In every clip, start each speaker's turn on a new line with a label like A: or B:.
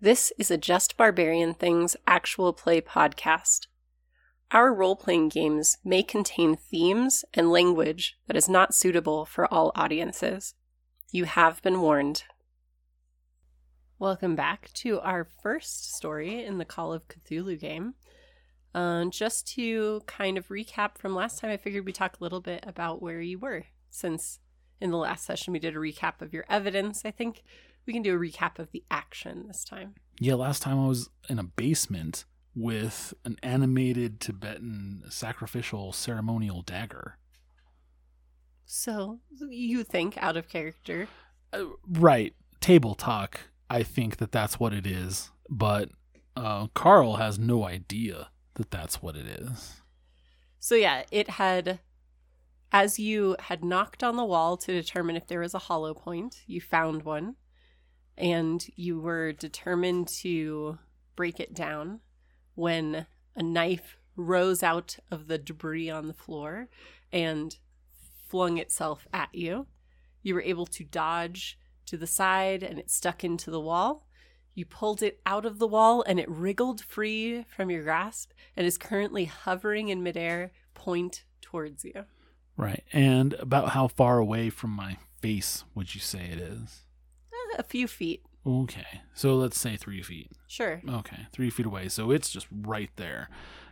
A: This is a Just Barbarian Things actual play podcast. Our role playing games may contain themes and language that is not suitable for all audiences. You have been warned. Welcome back to our first story in the Call of Cthulhu game. Um, just to kind of recap from last time, I figured we'd talk a little bit about where you were, since in the last session we did a recap of your evidence. I think we can do a recap of the action this time.
B: Yeah, last time I was in a basement with an animated Tibetan sacrificial ceremonial dagger.
A: So you think out of character.
B: Uh, right, table talk. I think that that's what it is, but uh, Carl has no idea that that's what it is.
A: So yeah, it had as you had knocked on the wall to determine if there was a hollow point, you found one and you were determined to break it down when a knife rose out of the debris on the floor and flung itself at you. You were able to dodge to the side and it stuck into the wall. You pulled it out of the wall and it wriggled free from your grasp and is currently hovering in midair, point towards you.
B: Right. And about how far away from my face would you say it is?
A: Eh, A few feet,
B: Okay. So let's say three feet.
A: sure.
B: Okay, three feet away. So it's just right there.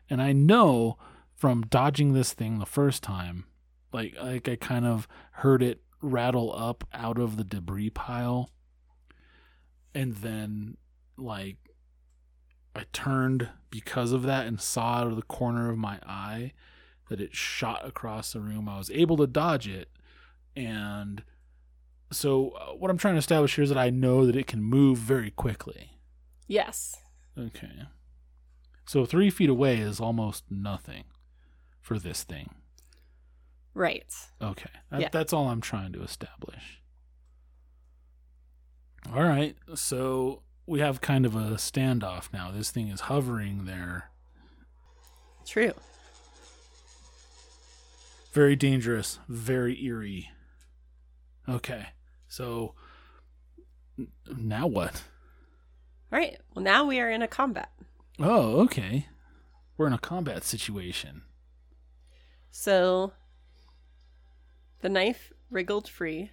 B: And I know from dodging this thing the first time, like like I kind of heard it rattle up out of the debris pile. And then like I turned because of that and saw out of the corner of my eye that it shot across the room. I was able to dodge it and so uh, what I'm trying to establish here is that I know that it can move very quickly.
A: Yes.
B: Okay. So three feet away is almost nothing for this thing.
A: Right.
B: Okay. That,
A: Yeah.
B: That's all I'm trying to establish. All right. So we have kind of a standoff now. This thing is hovering there.
A: True.
B: Very dangerous, very eerie. Okay. So n- now what?
A: All right. Well, now we are in a combat.
B: Oh, okay. We're in a combat situation.
A: So the knife wriggled free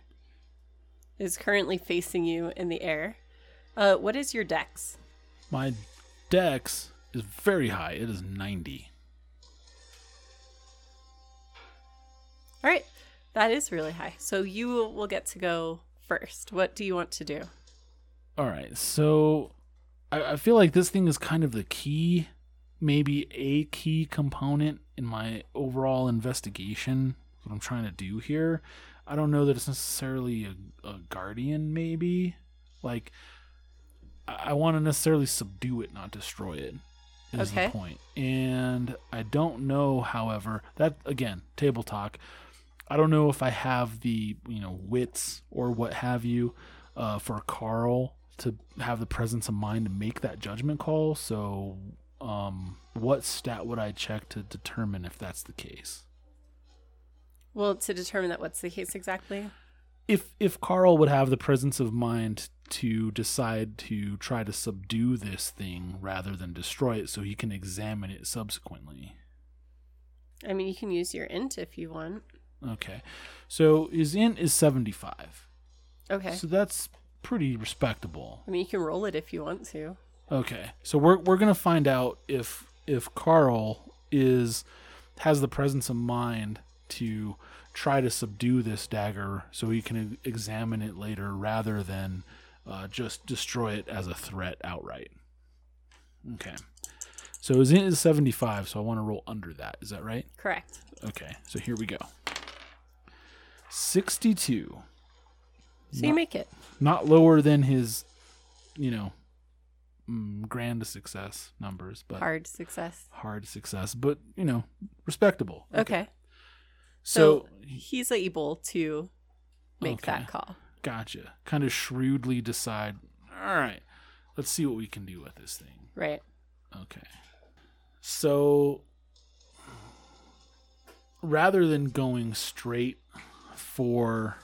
A: is currently facing you in the air. Uh, what is your dex?
B: My dex is very high. It is 90.
A: All right. That is really high. So you will get to go first. What do you want to do?
B: All right, so I, I feel like this thing is kind of the key, maybe a key component in my overall investigation. What I'm trying to do here, I don't know that it's necessarily a, a guardian. Maybe like I, I want to necessarily subdue it, not destroy it. Is
A: Okay.
B: the point. And I don't know, however, that again, table talk. I don't know if I have the you know wits or what have you uh, for Carl to have the presence of mind to make that judgment call. So, um, what stat would I check to determine if that's the case?
A: Well, to determine that what's the case exactly.
B: If if Carl would have the presence of mind to decide to try to subdue this thing rather than destroy it, so he can examine it subsequently.
A: I mean, you can use your int if you want.
B: Okay, so his int is seventy five.
A: Okay.
B: So that's pretty respectable.
A: I mean, you can roll it if you want to.
B: Okay. So we're we're gonna find out if if Carl is has the presence of mind to try to subdue this dagger so he can e- examine it later rather than uh, just destroy it as a threat outright. Okay. So his int is 75, so I want to roll under that. Is that right?
A: Correct.
B: Okay. So here we go. 62.
A: So you make it.
B: Not lower than his, you know, mm, grand success numbers, but
A: Hard success.
B: hard success, but you know, respectable.
A: Okay.
B: So,
A: he's able to make
B: Okay.
A: that call.
B: gotcha. Kind of shrewdly decide. All right, let's see what we can do with this thing.
A: Right.
B: Okay. So rather than going straight for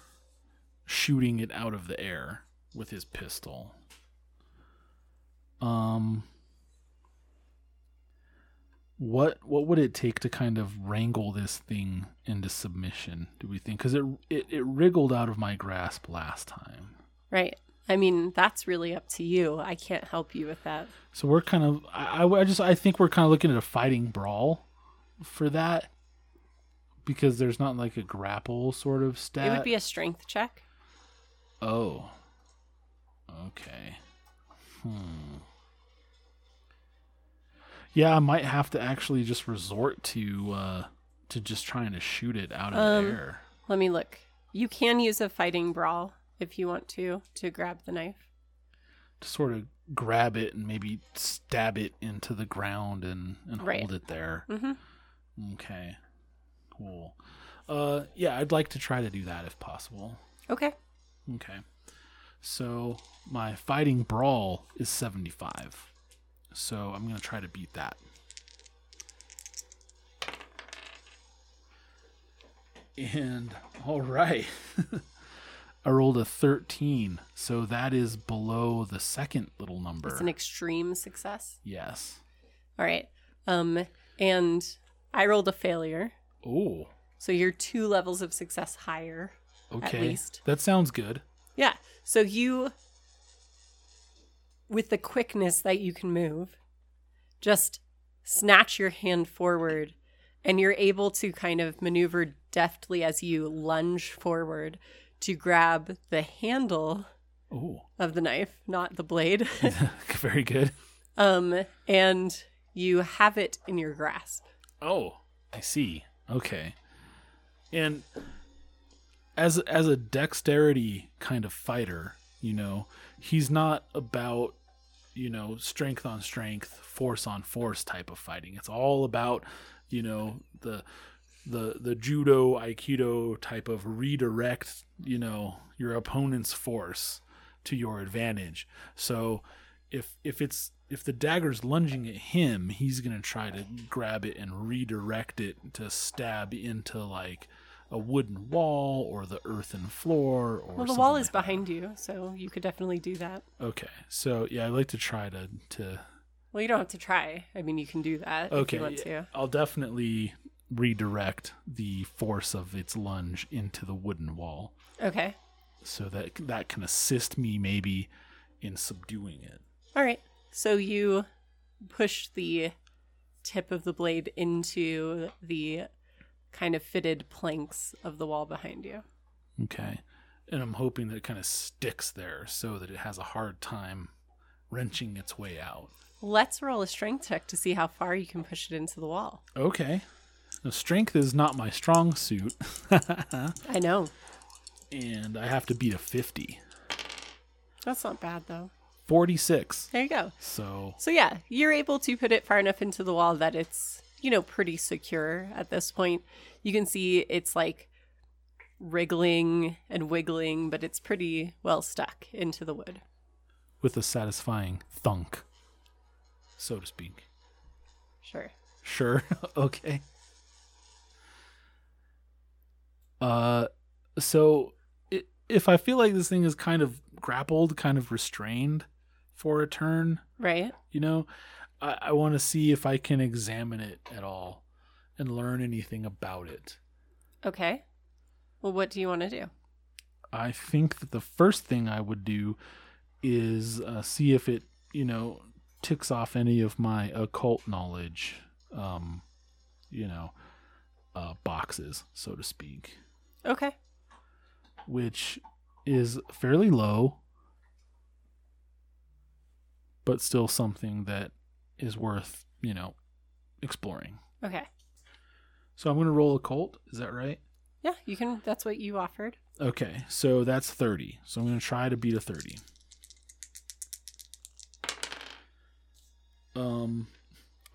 B: shooting it out of the air with his pistol, Um, what what would it take to kind of wrangle this thing into submission? Do we think? Because it, it it wriggled out of my grasp last time.
A: Right. I mean, that's really up to you. I can't help you with that.
B: So we're kind of I, I I just I think we're kind of looking at a fighting brawl for that because there's not like a grapple sort of stat.
A: It would be a strength check.
B: Oh. Okay. Hmm. Yeah, I might have to actually just resort to uh to just trying to shoot it out of
A: Um,
B: the air.
A: Let me look. You can use a fighting brawl if you want to to grab the knife.
B: To sort of grab it and maybe stab it into the ground and, and
A: Right.
B: hold it there.
A: Mhm.
B: Okay. Cool. Uh yeah, I'd like to try to do that if possible.
A: Okay.
B: Okay. So my fighting brawl is 75. So I'm going to try to beat that. And all right. I rolled a 13. So that is below the second little number.
A: It's an extreme success.
B: yes.
A: All right. Um and I rolled a failure.
B: Oh,
A: So you're two levels of success higher.
B: okay.
A: least.
B: That sounds good.
A: Yeah. So you, with the quickness that you can move, just snatch your hand forward and you're able to kind of maneuver deftly as you lunge forward to grab the handle
B: Oh,
A: of the knife, not the blade.
B: very good.
A: um, and you have it in your grasp.
B: Oh, I see. Okay. And as as a dexterity kind of fighter, you know, he's not about you know strength on strength, force on force type of fighting. It's all about you know the the the judo aikido type of redirect you know your opponent's force to your advantage. So if if it's if the dagger's lunging at him, he's gonna try to grab it and redirect it to stab into like a wooden wall or the earthen floor
A: Well,
B: or
A: the
B: something
A: wall
B: like
A: is behind you, so you could definitely do that.
B: Okay, so yeah, I like to try to to
A: Well, you don't have to try. I mean, you can do that if
B: okay.
A: you want to.
B: I'll definitely redirect the force of its lunge into the wooden wall
A: Okay.
B: so that that can assist me maybe in subduing it.
A: All right. So you push the tip of the blade into the kind of fitted planks of the wall behind you.
B: Okay, and I'm hoping that it kind of sticks there so that it has a hard time wrenching its way out.
A: Let's roll a strength check to see how far you can push it into the wall.
B: Okay, now strength is not my strong suit,
A: I know.
B: and I have to beat a 50.
A: That's not bad though.
B: 46.
A: There you go.
B: So
A: So yeah, you're able to put it far enough into the wall that it's, you know, pretty secure at this point. You can see it's like wriggling and wiggling, but it's pretty well stuck into the wood.
B: with a satisfying thunk, so to speak.
A: Sure.
B: Sure. okay. Uh, so i if I feel like this thing is kind of grappled, kind of restrained for a turn,
A: Right?
B: you know, I, I want to see if I can examine it at all and learn anything about it.
A: Okay. Well, what do you want to do?
B: I think that the first thing I would do is uh, see if it, you know, ticks off any of my occult knowledge, um, you know, uh, boxes, so to speak,
A: Okay.
B: which is fairly low, but still something that is worth, you know, exploring.
A: Okay.
B: So I'm going to roll occult. Is that right?
A: Yeah, you can. That's what you offered.
B: Okay, so that's 30. So I'm going to try to beat a 30. Um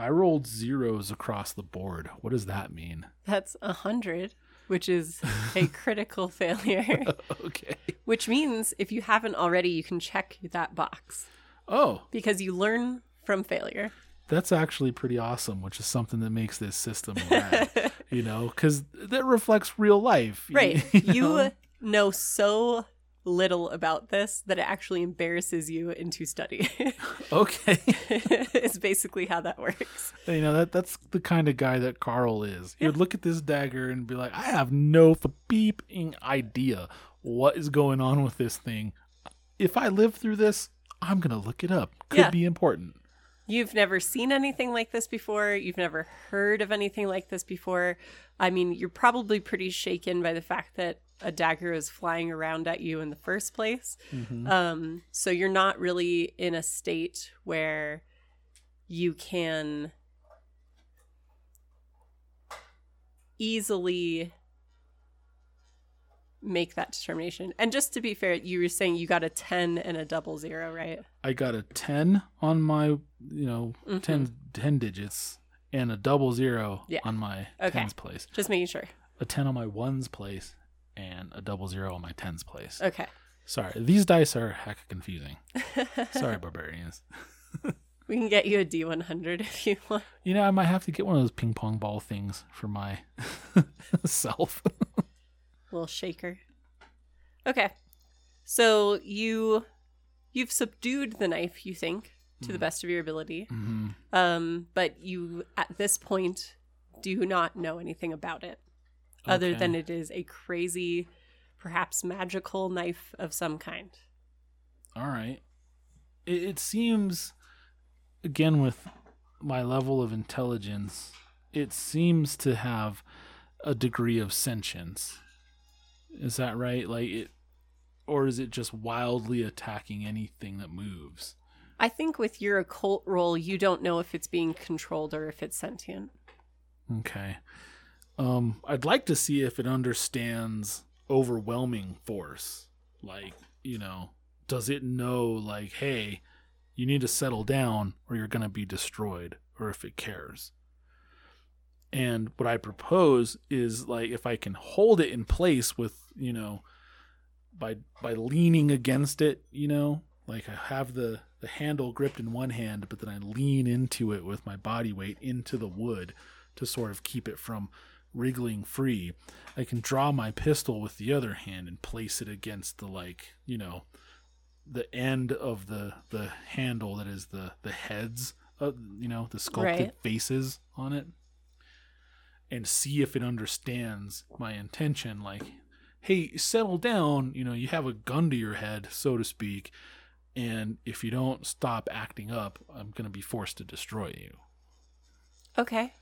B: I rolled zeros across the board. What does that mean?
A: That's a hundred, which is a critical failure.
B: okay.
A: Which means if you haven't already, you can check that box
B: Oh,
A: because you learn from failure.
B: that's actually pretty awesome, which is something that makes this system rad, you know, cuz that reflects real life.
A: Right.
B: know?
A: You know so little about this that it actually embarrasses you into study.
B: Okay.
A: it's basically how that works.
B: You know that that's the kind of guy that Carl is. He would
A: Yeah.
B: look at this dagger and be like, "I have no beeping idea what is going on with this thing. If I live through this, I'm gonna look it up. Could
A: Yeah.
B: be important."
A: You've never seen anything like this before. You've never heard of anything like this before. I mean, you're probably pretty shaken by the fact that a dagger is flying around at you in the first place. Um, so you're not really in a state where you can easily make that determination. And just to be fair, you were saying you got a 10 and a double zero, right?
B: I got a ten on my you know
A: Mhm.
B: 10, 10 digits and a double zero
A: Yeah.
B: on my
A: Okay.
B: tens place,
A: Just making sure.
B: a ten on my ones place, and a double zero on my tens place.
A: Okay.
B: Sorry, these dice are heck confusing. Sorry, barbarians.
A: We can get you a D100 if you want.
B: You know, I might have to get one of those ping pong ball things for my self.
A: little shaker. Okay. So you you've subdued the knife, you think, to the best of your ability.
B: Mhm.
A: Um, but you at this point do not know anything about it other
B: Okay.
A: than it is a crazy perhaps magical knife of some kind.
B: All right. It, it seems, again, with my level of intelligence, it seems to have a degree of sentience. Is that right? Like it, or is it just wildly attacking anything that moves?
A: I think with your occult role, you don't know if it's being controlled or if it's sentient.
B: Okay. Um, I'd like to see if it understands overwhelming force. Like, you know, does it know like, hey, you need to settle down or you're gonna be destroyed, or if it cares. And what I propose is like if I can hold it in place with, you know, by by leaning against it, you know, like I have the the handle gripped in one hand, but then I lean into it with my body weight into the wood to sort of keep it from wriggling free. I can draw my pistol with the other hand and place it against the like, you know, the end of the the handle that is the the heads of you know, the sculpted
A: Right.
B: faces on it and see if it understands my intention like hey, settle down, you know, you have a gun to your head, so to speak, and if you don't stop acting up, I'm going to be forced to destroy you.
A: Okay.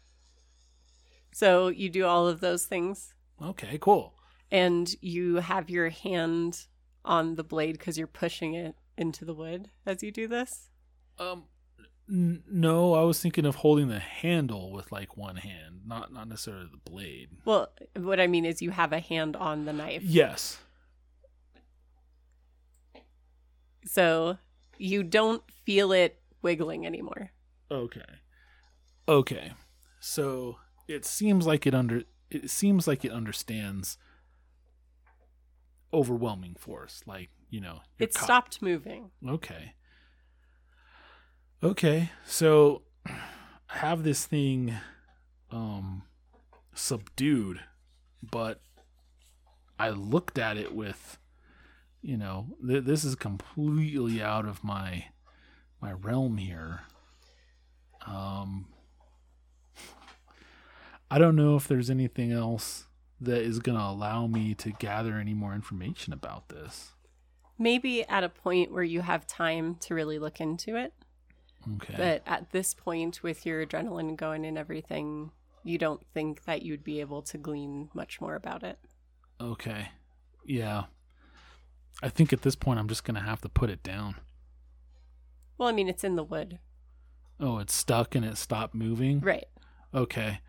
A: So you do all of those things.
B: Okay, cool.
A: and you have your hand on the blade because you're pushing it into the wood as you do this.
B: Um, n- no, I was thinking of holding the handle with like one hand, not not necessarily the blade.
A: Well, what I mean is you have a hand on the knife.
B: Yes.
A: So you don't feel it wiggling anymore.
B: Okay. Okay. So it seems like it under it seems like it understands overwhelming force, like you know. you're
A: It
B: caught.
A: stopped moving.
B: Okay. Okay. So I have this thing um subdued, but I looked at it with you know, th- this is completely out of my my realm here. Um I don't know if there's anything else that is going to allow me to gather any more information about this.
A: Maybe at a point where you have time to really look into it.
B: Okay.
A: But at this point, with your adrenaline going and everything, you don't think that you'd be able to glean much more about it.
B: Okay. Yeah. I think at this point I'm just going to have to put it down.
A: Well, I mean, it's in the wood.
B: Oh, it's stuck and it stopped moving.
A: Right.
B: Okay.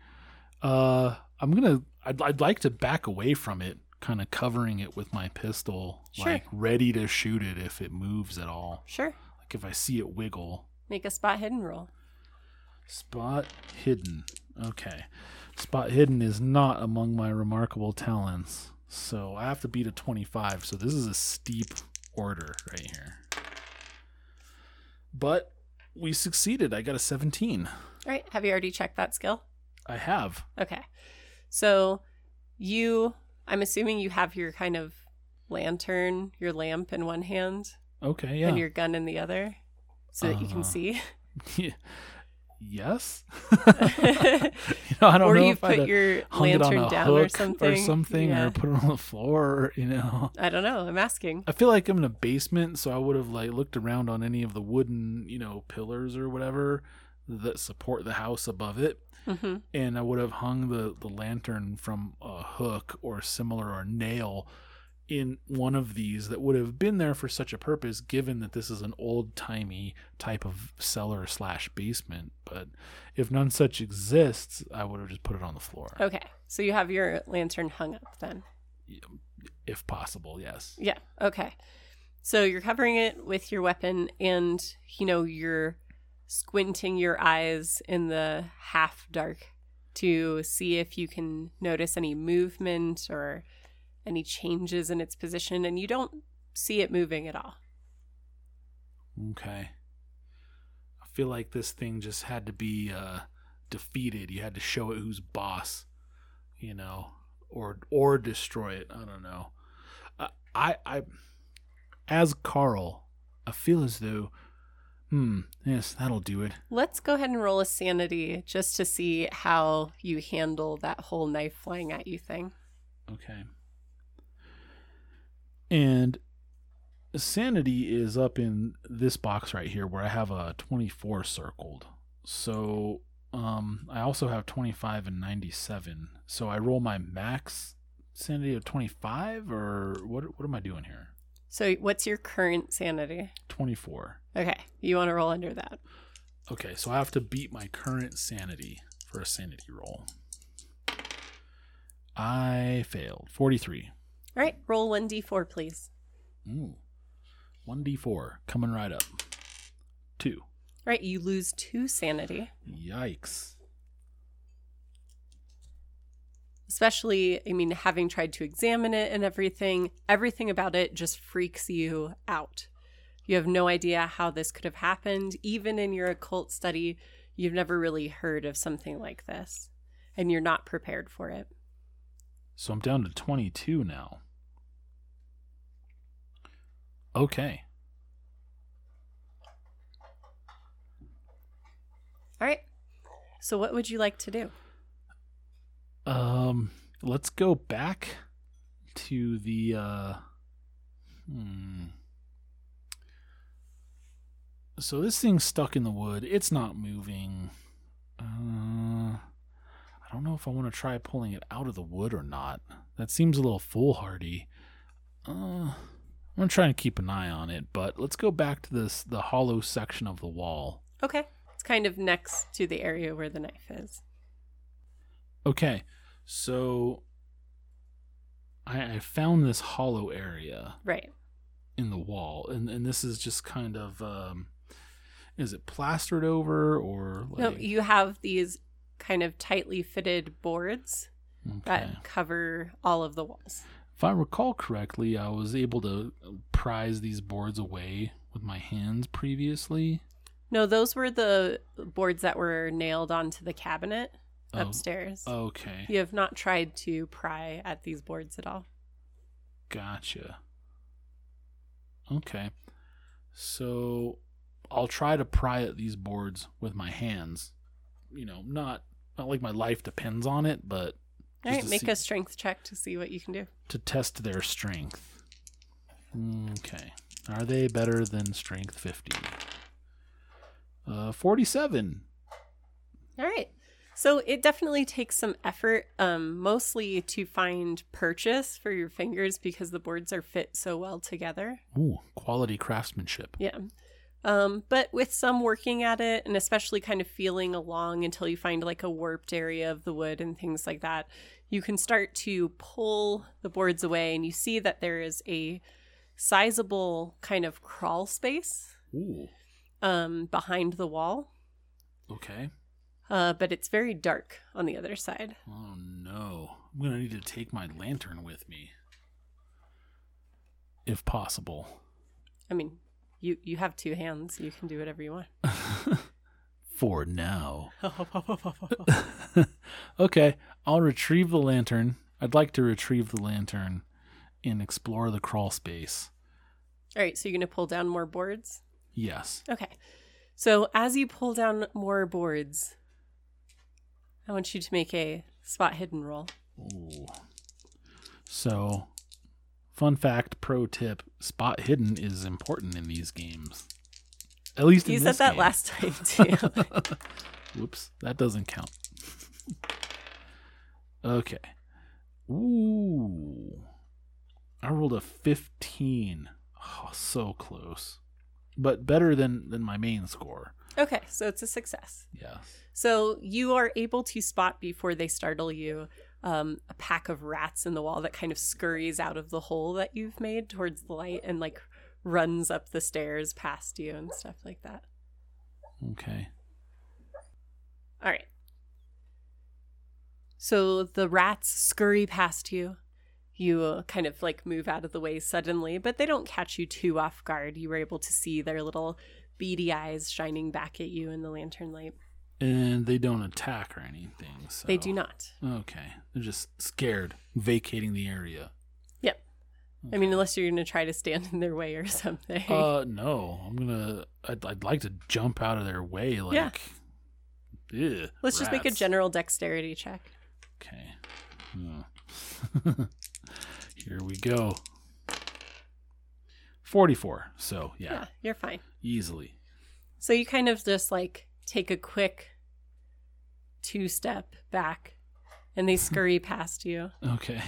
B: Uh I'm going to I'd I'd like to back away from it, kind of covering it with my pistol,
A: Sure.
B: like ready to shoot it if it moves at all.
A: Sure.
B: Like if I see it wiggle.
A: Make a spot hidden roll.
B: Spot hidden. Okay. Spot hidden is not among my remarkable talents. So I have to beat a 25. So this is a steep order right here. But we succeeded. I got a 17.
A: All right. Have you already checked that skill?
B: I have.
A: Okay. So you, I'm assuming you have your kind of lantern, your lamp in one hand,
B: Okay, yeah.
A: and your gun in the other, so that you
B: Uh,
A: can see.
B: yes. you know, I don't
A: or
B: know
A: you
B: if I'd
A: put
B: have
A: your
B: hung it on
A: lantern
B: a
A: down
B: hook
A: or something.
B: or something,
A: Yeah.
B: or Uh, put it on the floor. You know,
A: I don't know. I'm asking.
B: I feel like I'm in a basement, so I would have like looked around on any of the wooden, you know, pillars or whatever that support the house above it,
A: hmm
B: and I would have hung the the lantern from a hook or similar or nail in one of these that would have been there for such a purpose given that this is an old timey type of cellar slash basement but if none such exists i would have just put it on the floor
A: Okay, so you have your lantern hung up then.
B: if possible yes
A: Yeah. Okay. So you're covering it with your weapon, and you know you're squinting your eyes in the half dark to see if you can notice any movement or any changes in its position, and you don't see it moving at all.
B: okay i feel like this thing just had to be uh defeated you had to show it who's boss you know or or destroy it i don't know i i, I as carl i feel as though hmm yes that'll do it
A: Let's go ahead and roll a sanity just to see how you handle that whole knife flying at you thing.
B: Okay. And sanity is up in this box right here where I have a 24 circled. So um I also have 25 and 97. So I roll my max sanity of 25 or what what am I doing here?
A: So, what's your current sanity?
B: 24.
A: Okay, you want to roll under that.
B: Okay, so I have to beat my current sanity for a sanity roll. I failed. 43.
A: All right, roll 1d4, please.
B: Ooh. 1d4 coming right up. 2.
A: Right, you lose two sanity,
B: Yikes.
A: especially, I mean, having tried to examine it and everything, everything about it just freaks you out. You have no idea how this could have happened. Even in your occult study, you've never really heard of something like this, and you're not prepared for it.
B: So I'm down to 22 now. Okay.
A: All right, so what would you like to do?
B: Um let's go back to the uh hmm. So this thing's stuck in the wood. It's not moving. Uh I don't know if I want to try pulling it out of the wood or not. That seems a little foolhardy. Uh I'm gonna try and keep an eye on it, but let's go back to this the hollow section of the wall.
A: Okay, it's kind of next to the area where the knife is.
B: Okay, so I, I found this hollow area
A: Right.
B: in the wall, and, and this is just kind of um, is it plastered over or like,
A: No, you have these kind of tightly fitted boards that
B: okay.
A: cover all of the walls.
B: If I recall correctly, I was able to prise these boards away with my hands previously.
A: No, those were the boards that were nailed onto the cabinet
B: Oh,
A: upstairs.
B: Okay,
A: You have not tried to pry at these boards at all.
B: gotcha. Okay, so I'll try to pry at these boards with my hands. You know, not not like my life depends on it, but
A: All
B: Just
A: right,
B: to
A: make
B: see-
A: a strength check to see what you can do.
B: to test their strength. Okay. Are they better than strength 50? Uh 47.
A: All right. So it definitely takes some effort, um, mostly to find purchase for your fingers because the boards are fit so well together.
B: Ooh, quality craftsmanship.
A: Yeah. Um, but with some working at it and especially kind of feeling along until you find like a warped area of the wood and things like that, you can start to pull the boards away and you see that there is a sizable kind of crawl space
B: Ooh.
A: um, behind the wall,
B: Okay.
A: uh, but it's very dark on the other side.
B: Oh no. I'm going to need to take my lantern with me. If possible.
A: I mean, you, you have two hands, you can do whatever you want.
B: For now. okay, I'll retrieve the lantern. I'd like to retrieve the lantern and explore the crawl space.
A: All right, so you're going to pull down more boards?
B: Yes.
A: Okay. So as you pull down more boards, I want you to make a spot hidden roll.
B: Ooh. So, fun fact, pro tip: spot hidden is important in these games. At least in
A: You said
B: this
A: that
B: game.
A: last time too.
B: Whoops, that doesn't count. Okay. Ooh. I rolled a 15. Oh, so close. But better than than my main score.
A: okay, so it's a success.
B: Yes.
A: So you are able to spot before they startle you um, a pack of rats in the wall that kind of scurries out of the hole that you've made towards the light and like runs up the stairs past you and stuff like that.
B: Okay.
A: All right. So the rats scurry past you. You uh, kind of like move out of the way suddenly, but they don't catch you too off guard. You were able to see their little beady eyes shining back at you in the lantern light.
B: And they don't attack or anything. So.
A: They do not.
B: Okay. They're just scared, vacating the area.
A: Yep. I mean, unless you're going to try to stand in their way or something.
B: Uh, no. I'm gonna. I'd, I'd like to jump out of their way. Like.
A: Yeah.
B: Ugh,
A: Let's just make a
B: rats.
A: general dexterity check.
B: Okay. Hmm. Here we go. 44. So, yeah,
A: yeah you're fine.
B: easily.
A: So you kind of just like take a quick two step back and they scurry past you.
B: Okay.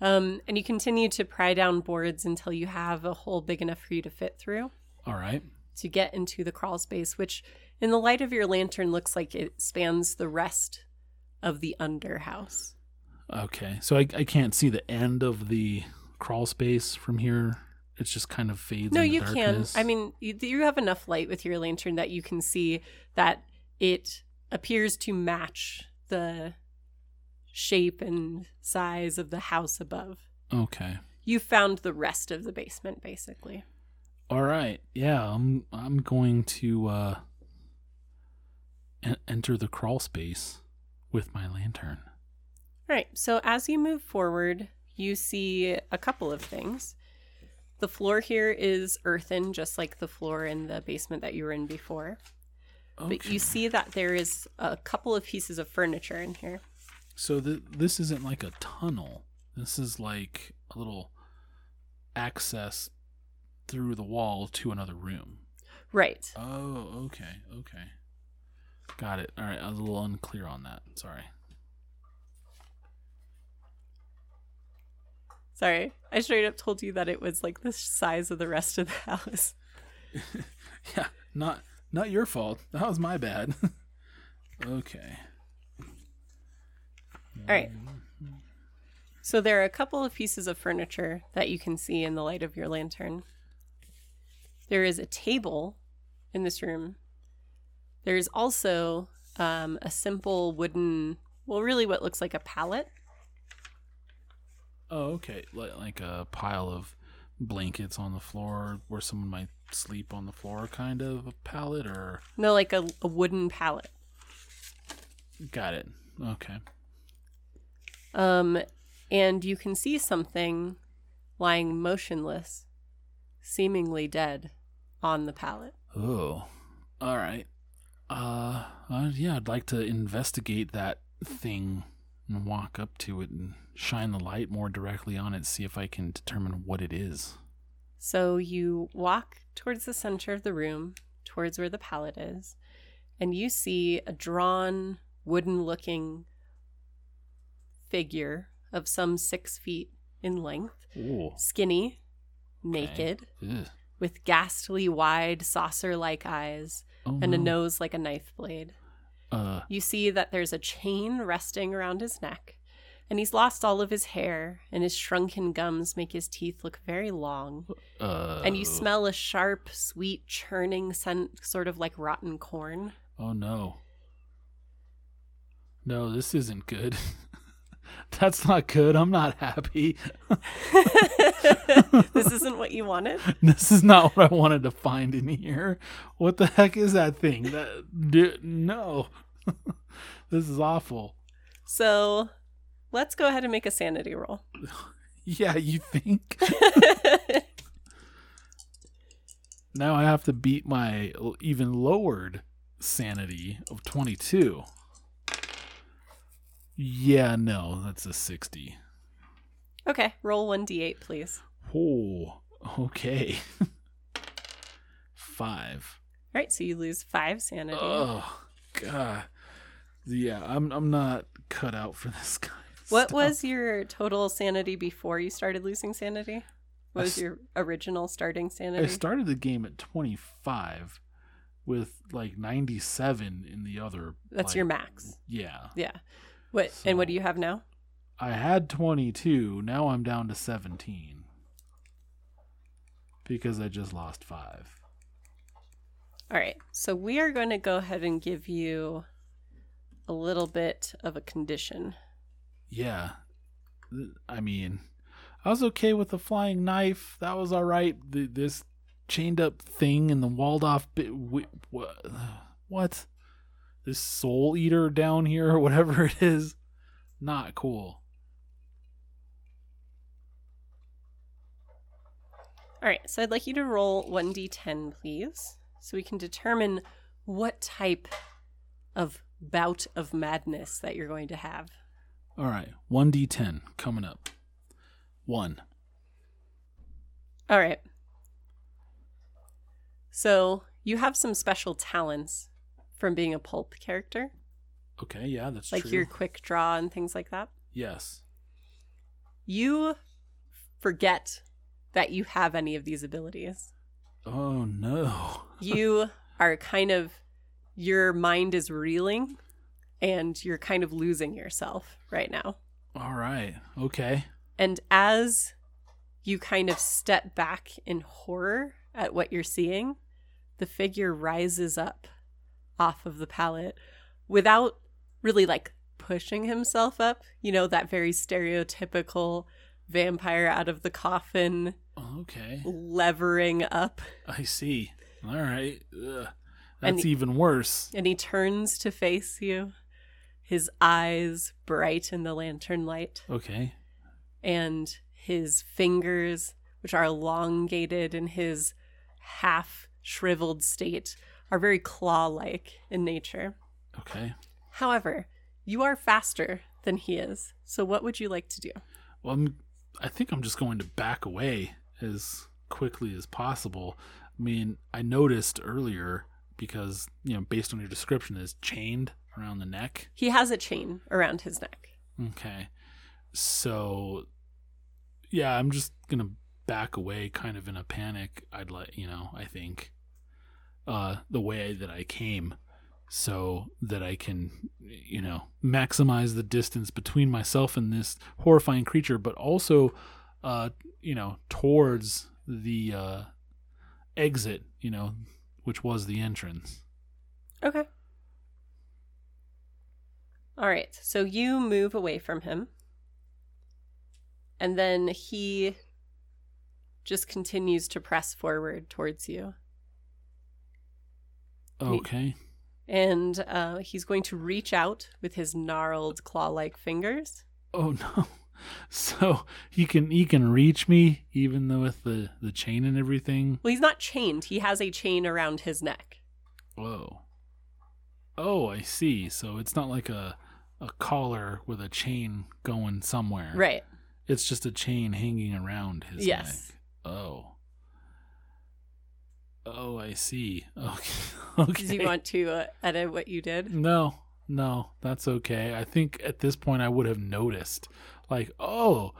A: Um, and you continue to pry down boards until you have a hole big enough for you to fit through
B: All right.
A: to get into the crawl space, which in the light of your lantern looks like it spans the rest of the underhouse.
B: Okay. So I, I can't see the end of the crawl space from here. It's just kind of fades.
A: No,
B: into
A: you
B: darkness.
A: can. I mean, you, you have enough light with your lantern that you can see that it appears to match the shape and size of the house above.
B: Okay.
A: You found the rest of the basement, basically.
B: All right. Yeah, I'm I'm going to uh en- enter the crawl space with my lantern.
A: All right. So as you move forward, you see a couple of things. The floor here is earthen, just like the floor in the basement that you were in before.
B: Okay.
A: But you see that there is a couple of pieces of furniture in here.
B: So th- this isn't like a tunnel. This is like a little access through the wall to another room.
A: Right.
B: Oh, okay, okay. Got it. All right, I was a little unclear on that. Sorry.
A: Sorry, I straight up told you that it was like the size of the rest of the house.
B: Yeah, not not your fault. That was my bad. okay.
A: All right. So there are a couple of pieces of furniture that you can see in the light of your lantern. There is a table in this room. There is also um, a simple wooden, well, really what looks like a pallet.
B: Oh, okay. Like like a pile of blankets on the floor where someone might sleep on the floor kind of a pallet or
A: No, like a, a wooden pallet.
B: got it. Okay.
A: Um, and you can see something lying motionless, seemingly dead, on the pallet.
B: Oh, all right. Uh, uh, yeah, I'd like to investigate that thing and walk up to it and shine the light more directly on it, see if I can determine what it is.
A: So you walk towards the center of the room, towards where the pallet is, and you see a drawn, wooden looking figure of some six feet in length,
B: Ooh,
A: skinny, naked,
B: Ugh.
A: with ghastly wide, saucer like eyes,
B: Oh,
A: and a
B: no.
A: nose like a knife blade.
B: Uh,
A: You see that there's a chain resting around his neck, and he's lost all of his hair, and his shrunken gums make his teeth look very long.
B: uh.
A: and you smell a sharp, sweet, churning scent, sort of like rotten corn.
B: Oh no. No, this isn't good. That's not good. I'm not happy.
A: this isn't what you wanted.
B: this is not what I wanted to find in here. What the heck is that thing? That d- no, this is awful.
A: So let's go ahead and make a sanity roll.
B: Yeah, you think? Now I have to beat my l- even lowered sanity of 22. Yeah, no, that's a 60.
A: okay, roll 1d8, please.
B: Oh, okay. Five.
A: All right, so you lose five sanity.
B: Oh, God. Yeah, I'm, I'm not cut out for this kind of
A: what
B: stuff.
A: was your total sanity before you started losing sanity?
B: I
A: What was
B: s-
A: your original starting
B: I
A: sanity?
B: started the game at 25 with like 97 in the other.
A: That's
B: like-
A: your max.
B: Yeah.
A: Yeah. What and what
B: So-
A: do you have now?
B: I had 22. Now I'm down to 17. Because I just lost five.
A: All right. So we are going to go ahead and give you a little bit of a condition.
B: Yeah. Th- I mean, I was okay with the flying knife. That was all right. Th- This chained up thing and the walled off bit. wi- wha- What? This soul eater down here or whatever it is. Not cool.
A: All right. So I'd like you to roll 1d10, please, so we can determine what type of bout of madness that you're going to have.
B: All right. 1d10 coming up. One.
A: All right. So you have some special talents from being a pulp character,
B: Okay. Yeah, that's
A: like
B: true.
A: your quick draw and things like that.
B: Yes.
A: You forget that you have any of these abilities.
B: Oh, no.
A: you are kind of your mind is reeling and you're kind of losing yourself right now.
B: All right. Okay.
A: And as you kind of step back in horror at what you're seeing, the figure rises up off of the pallet without really like pushing himself up, you know, that very stereotypical vampire out of the coffin
B: Okay.
A: levering up.
B: I see. All right. Ugh.
A: And
B: That's
A: the-
B: even worse.
A: and he turns to face you. His eyes bright in the lantern light,
B: Okay.
A: and his fingers, which are elongated in his half shriveled state, are very claw like in nature.
B: Okay.
A: However, you are faster than he is, so what would you like to do?
B: Well, I'm, I think I'm just going to back away as quickly as possible. I mean, I noticed earlier because, you know, based on your description, is chained around the neck.
A: He has a chain around his neck.
B: Okay. So, yeah, I'm just going to back away kind of in a panic. I'd let, you know, I think uh the way that I came so that I can, you know, maximize the distance between myself and this horrifying creature, but also uh, you know, towards the uh exit, you know, which was the entrance.
A: Okay. All right. So you move away from him. And then he just continues to press forward towards you.
B: Okay.
A: And uh, he's going to reach out with his gnarled claw like fingers.
B: Oh no. So he can he can reach me even though with the the chain and everything.
A: Well, he's not chained, he has a chain around his neck.
B: Whoa. Oh, I see. So it's not like a a collar with a chain going somewhere.
A: Right.
B: It's just a chain hanging around his
A: Yes.
B: neck. Oh. Oh, I see. Okay. okay.
A: Does he want to uh, edit what you did?
B: No, no, that's okay. I think at this point I would have noticed, like, oh,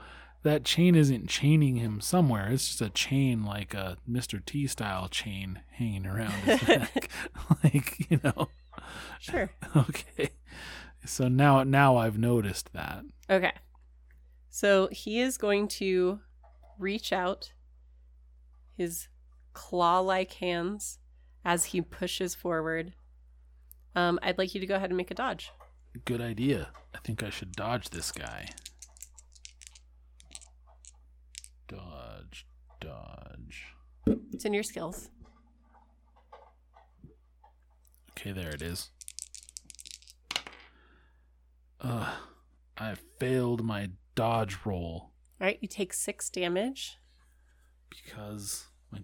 B: that chain isn't chaining him somewhere. It's just a chain, like a Mr. T style chain hanging around his neck. like, you know,
A: Sure.
B: okay. So now, now I've noticed that.
A: Okay. So he is going to reach out his claw like hands as he pushes forward. Um, I'd like you to go ahead and make a dodge.
B: Good idea. I think I should dodge this guy. Dodge, dodge.
A: It's in your skills.
B: Okay, there it is. Uh, I failed my dodge roll.
A: All right, you take six damage.
B: because my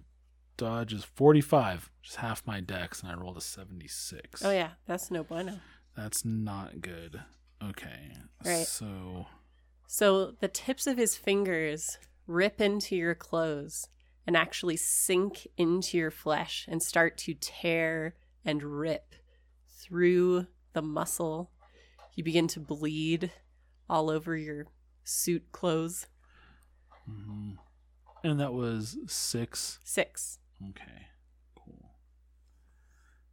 B: dodge is 45, which is half my dex, and I rolled a 76.
A: Oh, yeah, that's no bueno.
B: That's not good. Okay.
A: Right.
B: So,
A: So the tips of his fingers rip into your clothes and actually sink into your flesh and start to tear and rip through the muscle. You begin to bleed all over your suit clothes.
B: mhm. and that was six.
A: Six.
B: Okay. Cool.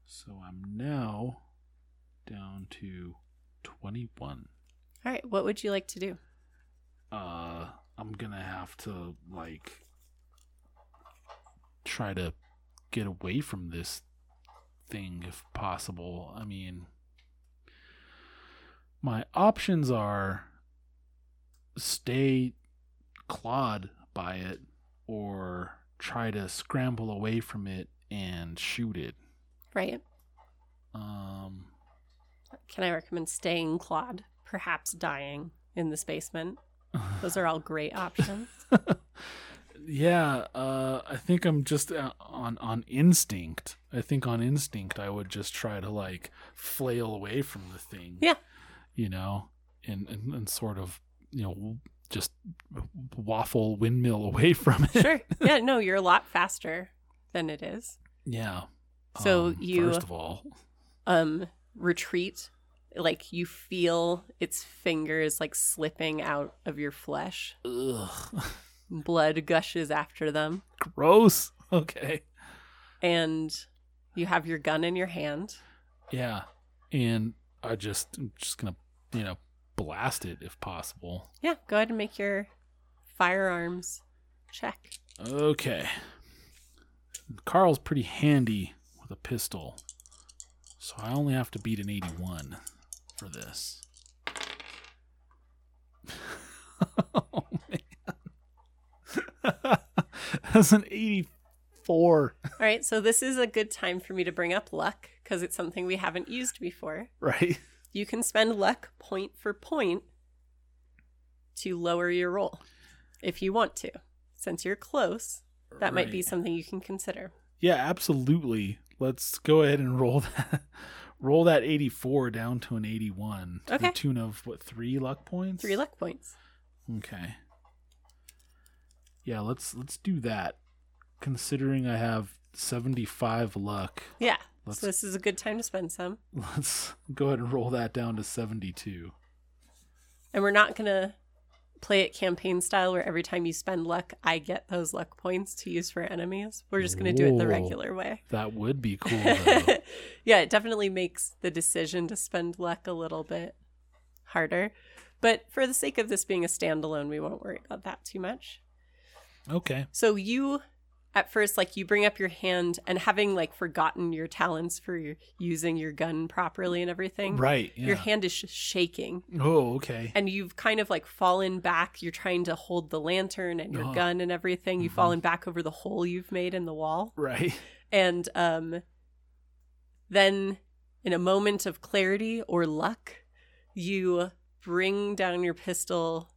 B: So I'm now down to 21.
A: All right, what would you like to do?
B: uh I'm gonna have to like try to get away from this thing if possible. I mean my options are stay clawed by it or try to scramble away from it and shoot it.
A: Right?
B: Um
A: Can I recommend staying clawed, perhaps dying in this basement? Those are all great options.
B: yeah, uh, I think I'm just uh, on on instinct. I think on instinct, I would just try to like flail away from the thing.
A: Yeah.
B: you know, and and, and sort of you know just waffle windmill away from it.
A: sure. Yeah, no, you're a lot faster than it is.
B: Yeah.
A: So
B: Um,
A: you
B: first of all,
A: um retreat like you feel its fingers like slipping out of your flesh
B: ugh,
A: blood gushes after them
B: gross. Okay.
A: and you have your gun in your hand
B: Yeah, and I just I'm just gonna you know blast it if possible.
A: yeah go ahead and make your firearms check
B: Okay. Carl's pretty handy with a pistol. So I only have to beat an 81 for this. oh, man. That's an 84.
A: all right so this is a good time for me to bring up luck because it's something we haven't used before
B: Right?
A: you can spend luck point for point to lower your roll if you want to since you're close that might be
B: Right.
A: something you can consider
B: Yeah, absolutely. Let's go ahead and roll that. Roll that 84 down to an 81 to
A: Okay.
B: the tune of what, three luck points?
A: three luck points
B: Okay. Yeah, let's let's do that. Considering I have 75 luck,
A: yeah
B: Let's-
A: so this is a good time to spend some
B: let's go ahead and roll that down to 72.
A: and we're not gonna play it campaign style where every time you spend luck i get those luck points to use for enemies we're just gonna do it the
B: Whoa.
A: regular way
B: That would be cool though.
A: yeah it definitely makes the decision to spend luck a little bit harder but for the sake of this being a standalone we won't worry about that too much
B: okay.
A: So you at first like you bring up your hand and having like forgotten your talents for your, using your gun properly and everything.
B: Right. Yeah.
A: Your hand is sh- shaking
B: oh, okay.
A: and you've kind of like fallen back. You're trying to hold the lantern and your
B: Oh.
A: gun and everything. You've
B: Mhm.
A: fallen back over the hole you've made in the wall.
B: Right.
A: And um then in a moment of clarity or luck, you bring down your pistol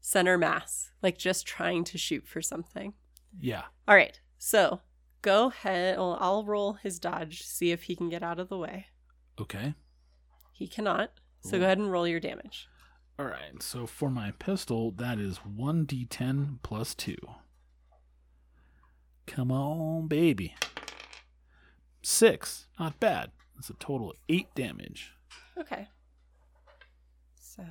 A: center mass, like just trying to shoot for something.
B: Yeah.
A: All right. So go ahead. Well, I'll roll his dodge, see if he can get out of the way.
B: Okay.
A: He cannot. So
B: Ooh.
A: go ahead and roll your damage.
B: All right. So for my pistol, that is 1d10 plus 2. Come on, baby. 6. Not bad. That's a total of 8 damage.
A: Okay. So.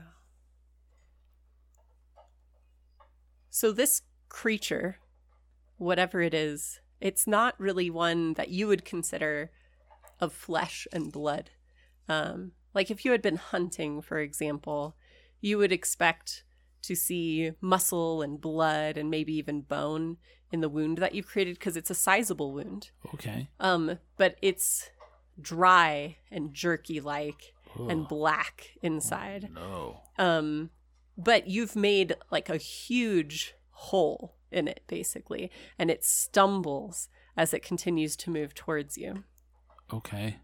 A: So this creature, whatever it is, it's not really one that you would consider of flesh and blood. Um, like if you had been hunting, for example, you would expect to see muscle and blood and maybe even bone in the wound that you've created because it's a sizable wound.
B: Okay.
A: Um, but it's dry and jerky like and
B: Ugh.
A: black inside.
B: No.
A: Um, but you've made like a huge hole in it, basically, and it stumbles as it continues to move towards you.
B: Okay.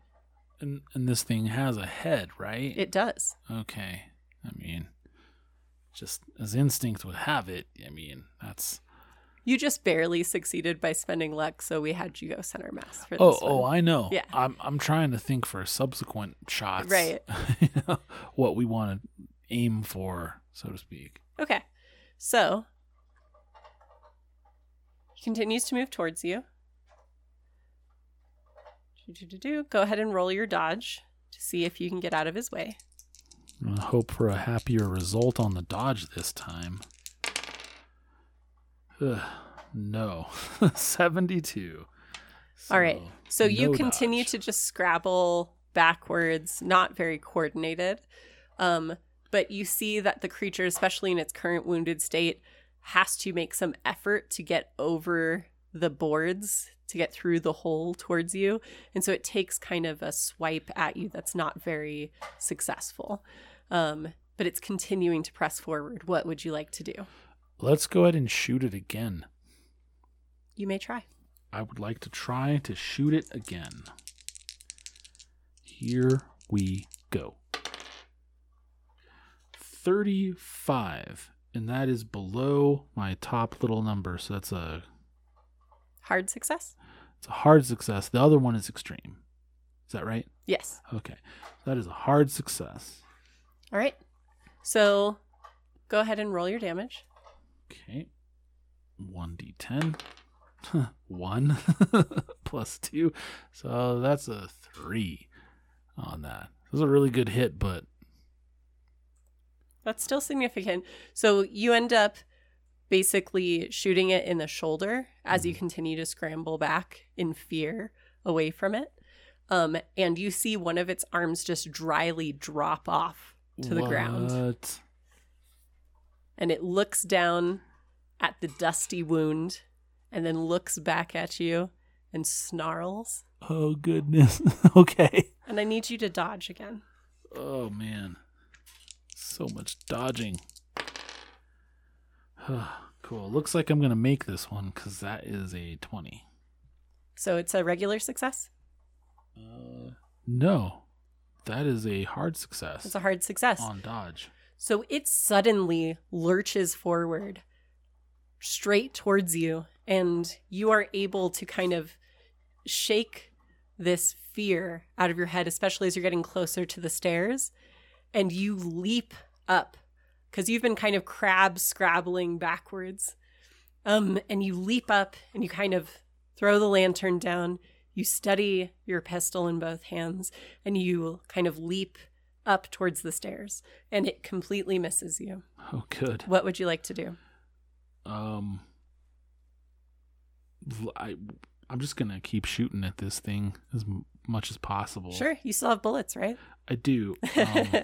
B: And and this thing has a head, right?
A: It does.
B: okay. I mean, just as instinct would have it, I mean, that's
A: You just barely succeeded by spending luck, so we had you go center mass for this.
B: Oh,
A: Oh,
B: oh, I know.
A: Yeah.
B: I'm I'm trying to think for subsequent shots.
A: Right.
B: you know, what we want to aim for, so to speak.
A: Okay. So he continues to move towards you. Do-do-do-do. Go ahead and roll your dodge to see if you can get out of his way.
B: I'm gonna hope for a happier result on the dodge this time. Ugh, no. 72.
A: All right. So you
B: no
A: continue
B: dodge.
A: to just scrabble backwards, not very coordinated. Um, but you see that the creature, especially in its current wounded state, has to make some effort to get over the boards to get through the hole towards you. And so it takes kind of a swipe at you that's not very successful. Um, but it's continuing to press forward. What would you like to do?
B: Let's go ahead and shoot it again.
A: You may try.
B: I would like to try to shoot it again. Here we go. 35, and that is below my top little number, so that's a
A: Hard success?
B: it's a hard success. The other one is extreme. Is that right?
A: Yes.
B: Okay. That is a hard success.
A: All right. So go ahead and roll your damage.
B: Okay. 1d10. 1 plus 2. So that's a 3 on that. This is a really good hit, but
A: That's still significant. So you end up basically shooting it in the shoulder as you
B: Mhm.
A: continue to scramble back in fear away from it. Um, and you see one of its arms just dryly drop off to the ground.
B: What?
A: And it looks down at the dusty wound and then looks back at you and snarls.
B: Oh goodness. okay.
A: And I need you to dodge again.
B: Oh man. So much dodging. cool. Looks like I'm gonna make this one because that is a twenty.
A: So it's a regular success.
B: Uh, no, that is a hard
A: It's
B: success
A: a hard success.
B: on dodge.
A: So it suddenly lurches forward straight towards you, and you are able to kind of shake this fear out of your head, especially as you're getting closer to the stairs. And you leap up because you've been kind of crab scrabbling backwards. Um, and you leap up and you kind of throw the lantern down. You steady your pistol in both hands and you kind of leap up towards the stairs and it completely misses you.
B: Oh good.
A: What would you like to do?
B: Um, l- I I'm just gonna keep shooting at this thing as m- much as possible.
A: Sure, you still have bullets, right?
B: I do. Um,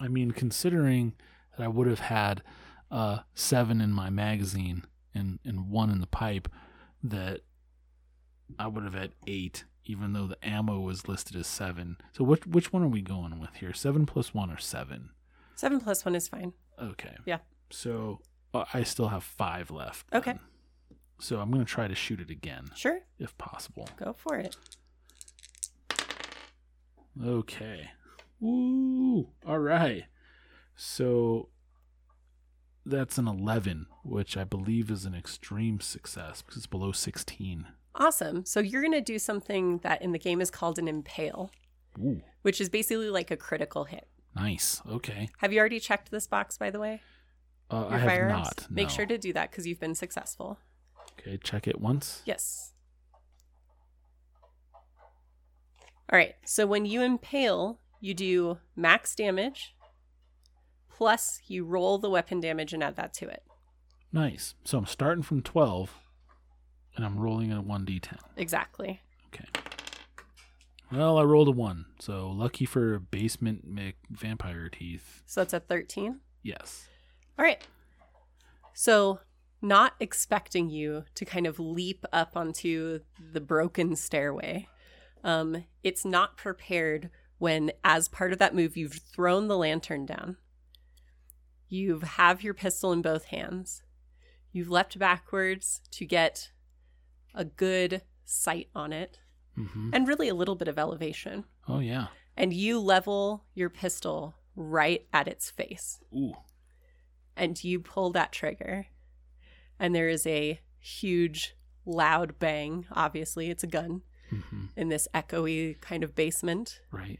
B: I mean, considering that I would have had uh, seven in my magazine and, and one in the pipe, that I would have had eight, even though the ammo was listed as seven. So which which one are we going with here? Seven plus one or seven?
A: Seven plus one is fine.
B: Okay.
A: Yeah.
B: So uh, I still have five left.
A: Okay.
B: then. So I'm gonna try to shoot it again
A: Sure,
B: if possible.
A: go for it.
B: Okay. Woo! All right. So that's an 11, which I believe is an extreme success because it's below 16.
A: Awesome. So you're going to do something that in the game is called an impale,
B: Ooh,
A: which is basically like a critical hit.
B: nice. Okay.
A: Have you already checked this box, by the way?
B: Uh,
A: Your
B: I have
A: firearms?
B: not.
A: Make
B: no.
A: sure to do that because you've been successful.
B: Okay, check it once.
A: Yes. All right. So when you impale, you do max damage, plus you roll the weapon damage and add that to it.
B: Nice. So I'm starting from 12 and I'm rolling a 1d10.
A: Exactly.
B: Okay. Well, I rolled a 1. So lucky for basement Mc vampire teeth.
A: So that's a 13.
B: Yes.
A: All right. So, not expecting you to kind of leap up onto the broken stairway, um, it's not prepared when, as part of that move, you've thrown the lantern down. You have your pistol in both hands. You've leapt backwards to get a good sight on it
B: Mm-hmm.
A: and really a little bit of elevation.
B: Oh, yeah.
A: and you level your pistol right at its face.
B: Ooh.
A: And you pull that trigger, and there is a huge, loud bang. Obviously, it's a gun
B: hmm
A: in this echoey kind of basement.
B: Right.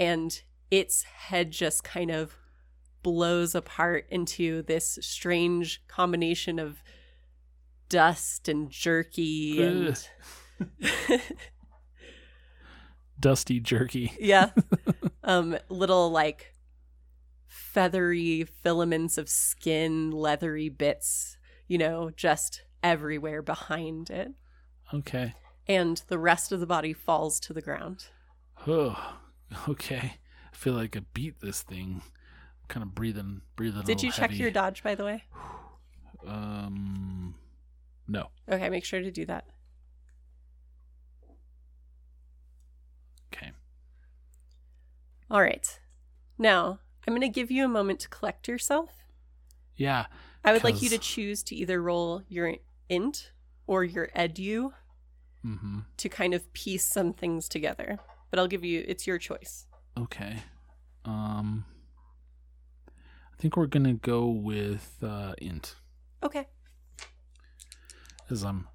A: and its head just kind of blows apart into this strange combination of dust and jerky and
B: Dusty jerky.
A: yeah um little like feathery filaments of skin leathery bits you know just everywhere behind it
B: Okay.
A: and the rest of the body falls to the ground
B: Oh, okay. I feel like I beat this thing. kind of breathing, breathing. a
A: did you
B: little
A: check
B: Oh, heavy.
A: your dodge by the way
B: Um, no.
A: okay make sure to do that
B: Okay.
A: All right. Now, I'm going to give you a moment to collect yourself.
B: Yeah.
A: I would like you to
B: 'Cause-
A: choose to either roll your int or your edu
B: Mm-hmm.
A: to kind of piece some things together. But I'll give you, it's your choice.
B: Okay. Um, I think we're gonna go with uh, int
A: Okay.
B: as I'm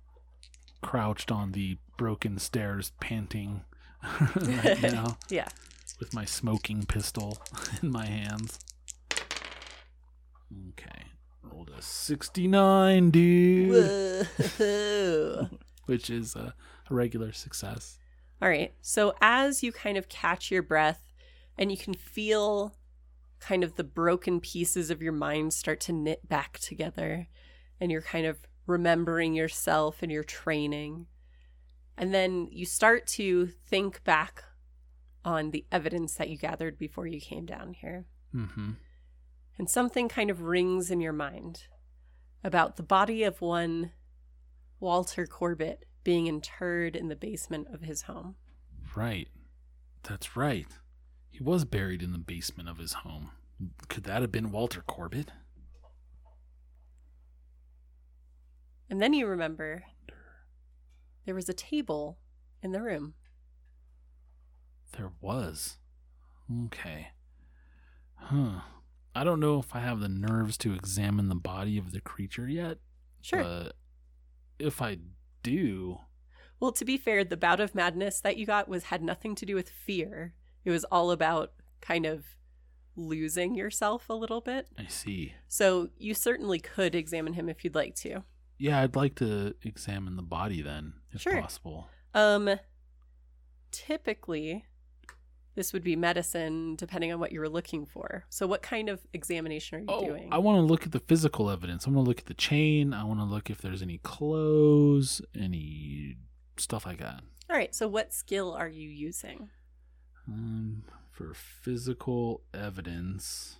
B: crouched on the broken stairs, panting right now
A: Yeah.
B: with my smoking pistol in my hands. Okay. Rolled a 69, dude,
A: Whoa.
B: which is a regular success.
A: All right. So as you kind of catch your breath and you can feel kind of the broken pieces of your mind start to knit back together and you're kind of remembering yourself and your training. And then you start to think back on the evidence that you gathered before you came down here.
B: Mm-hmm.
A: And something kind of rings in your mind about the body of one Walter Corbett being interred in the basement of his home.
B: Right. That's right. He was buried in the basement of his home. Could that have been Walter Corbett?
A: And then you remember there was a table in the room.
B: There was. Okay. Huh. I don't know if I have the nerves to examine the body of the creature yet.
A: Sure.
B: But if I do,
A: well, to be fair, the bout of madness that you got was had nothing to do with fear. It was all about kind of losing yourself a little bit.
B: I see.
A: So you certainly could examine him if you'd like to.
B: Yeah, I'd like to examine the body then, if
A: Sure.
B: possible.
A: Um typically this would be medicine depending on what you were looking for. So what kind of examination are you
B: Oh,
A: doing?
B: I want to look at the physical evidence. I want to look at the chain. I want to look if there's any clothes, any stuff like that.
A: all right, so what skill are you using?
B: Um, for physical evidence,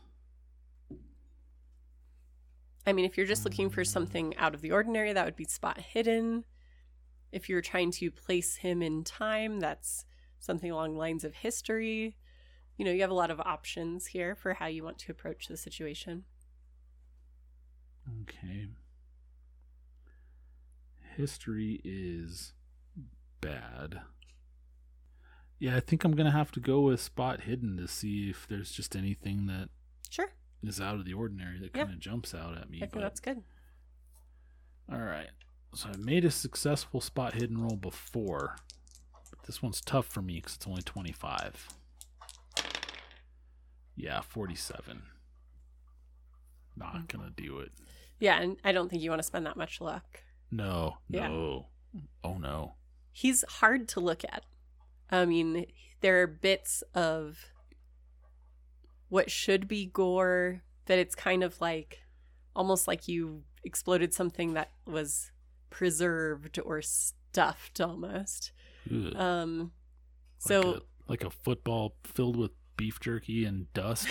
A: I mean, if you're just looking for
B: Mm.
A: something out of the ordinary, that would be spot hidden. If you're trying to place him in time, that's something along the lines of history. You know, you have a lot of options here for how you want to approach the situation.
B: okay. History is bad. Yeah, I think I'm gonna have to go with spot hidden to see if there's just anything that
A: Sure.
B: is out of the ordinary that
A: Yeah.
B: kind of jumps out at me.
A: I think
B: but
A: that's good.
B: All right. So I made a successful spot hidden roll before. But this one's tough for me because it's only 25. Yeah, 47. Not going to do it.
A: Yeah, and I don't think you want to spend that much luck.
B: No,
A: Yeah.
B: no. Oh, no.
A: He's hard to look at. I mean, there are bits of what should be gore that it's kind of like almost like you exploded something that was preserved or stuffed almost.
B: Ugh.
A: Um so
B: like a, like a football filled with beef jerky and dust.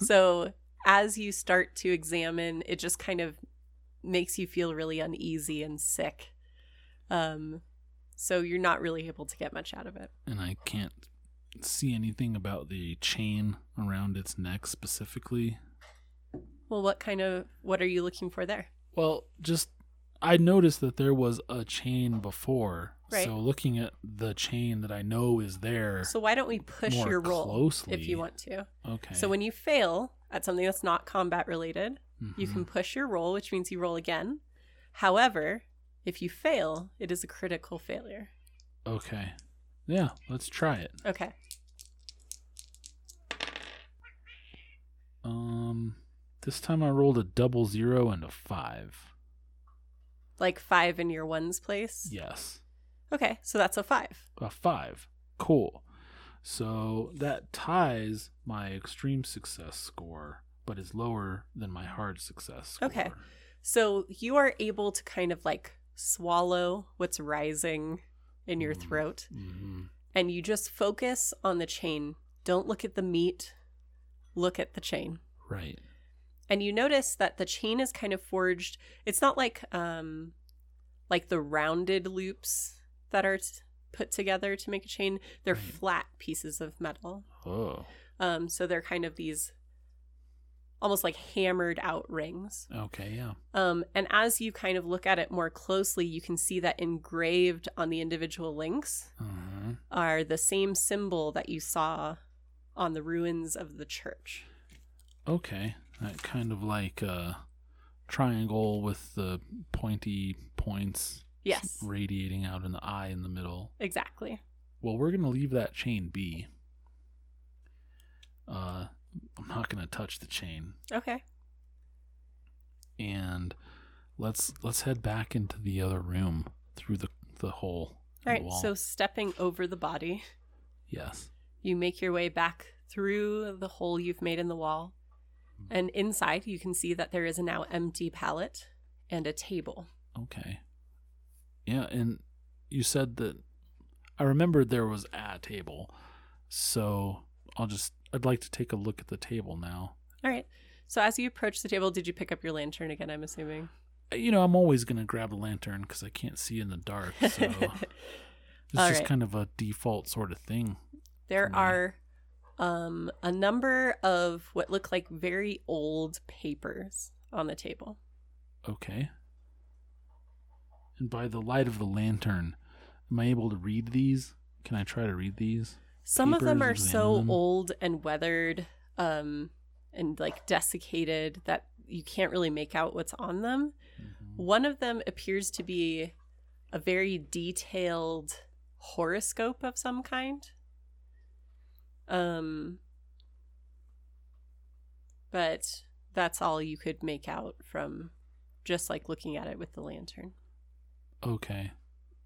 A: so as you start to examine, it just kind of makes you feel really uneasy and sick. Um so you're not really able to get much out of it.
B: and I can't see anything about the chain around its neck specifically.
A: Well, what kind of what are you looking for there?
B: Well, just I noticed that there was a chain before
A: Right.
B: So looking at the chain that I know is there.
A: So why don't we push
B: More
A: your roll if
B: closely.
A: you want to?
B: okay.
A: So when you fail at something that's not combat related, you
B: Mhm.
A: can push your roll, which means you roll again. However, if you fail, it is a critical failure.
B: Okay. Yeah, let's try it.
A: Okay.
B: Um, this time I rolled a double zero and a five.
A: Like five in your ones place.
B: Yes,
A: Okay, so that's a five.
B: a five. Cool. So that ties my extreme success score, but is lower than my hard success score.
A: Okay. So you are able to kind of like swallow what's rising in your
B: Mm.
A: throat
B: hmm
A: and you just focus on the chain. Don't look at the meat, look at the chain.
B: Right.
A: and you notice that the chain is kind of forged it's not like um like the rounded loops that are t- put together to make a chain they're
B: Right.
A: flat pieces of metal
B: Oh.
A: um so they're kind of these almost like hammered out rings
B: Okay. Yeah.
A: um and as you kind of look at it more closely you can see that engraved on the individual links
B: Uh-huh.
A: are the same symbol that you saw on the ruins of the church
B: Okay. That kind of like a triangle with the pointy points
A: yes
B: radiating out in the eye in the middle.
A: exactly
B: Well, we're gonna leave that chain be. Uh, I'm not gonna touch the chain,
A: okay
B: and let's let's head back into the other room through the the hole. in
A: All
B: the
A: right,
B: wall.
A: so stepping over the body,
B: yes,
A: you make your way back through the hole you've made in the wall.
B: Mm-hmm.
A: And inside, you can see that there is a now empty pallet and a table.
B: okay, yeah, and you said that I remembered there was a table, so I'll just I'd like to take a look at the table now.
A: All right. So as you approach the table, did you pick up your lantern again? I'm assuming.
B: Uh, You know, I'm always gonna grab a lantern because I can't see in the dark, so it's
A: All
B: just
A: right.
B: kind of a default sort of thing.
A: there
B: Come on.
A: are um, a number of what look like very old papers on the table.
B: Okay. And by the light of the lantern, am I able to read these? Can I try to read these?
A: Some of them are
B: Papers,
A: so
B: examine them.
A: old and weathered um, and like desiccated that you can't really make out what's on them. One of them appears to be a very detailed horoscope of some kind. Um, but that's all you could make out from just like looking at it with the lantern.
B: Okay.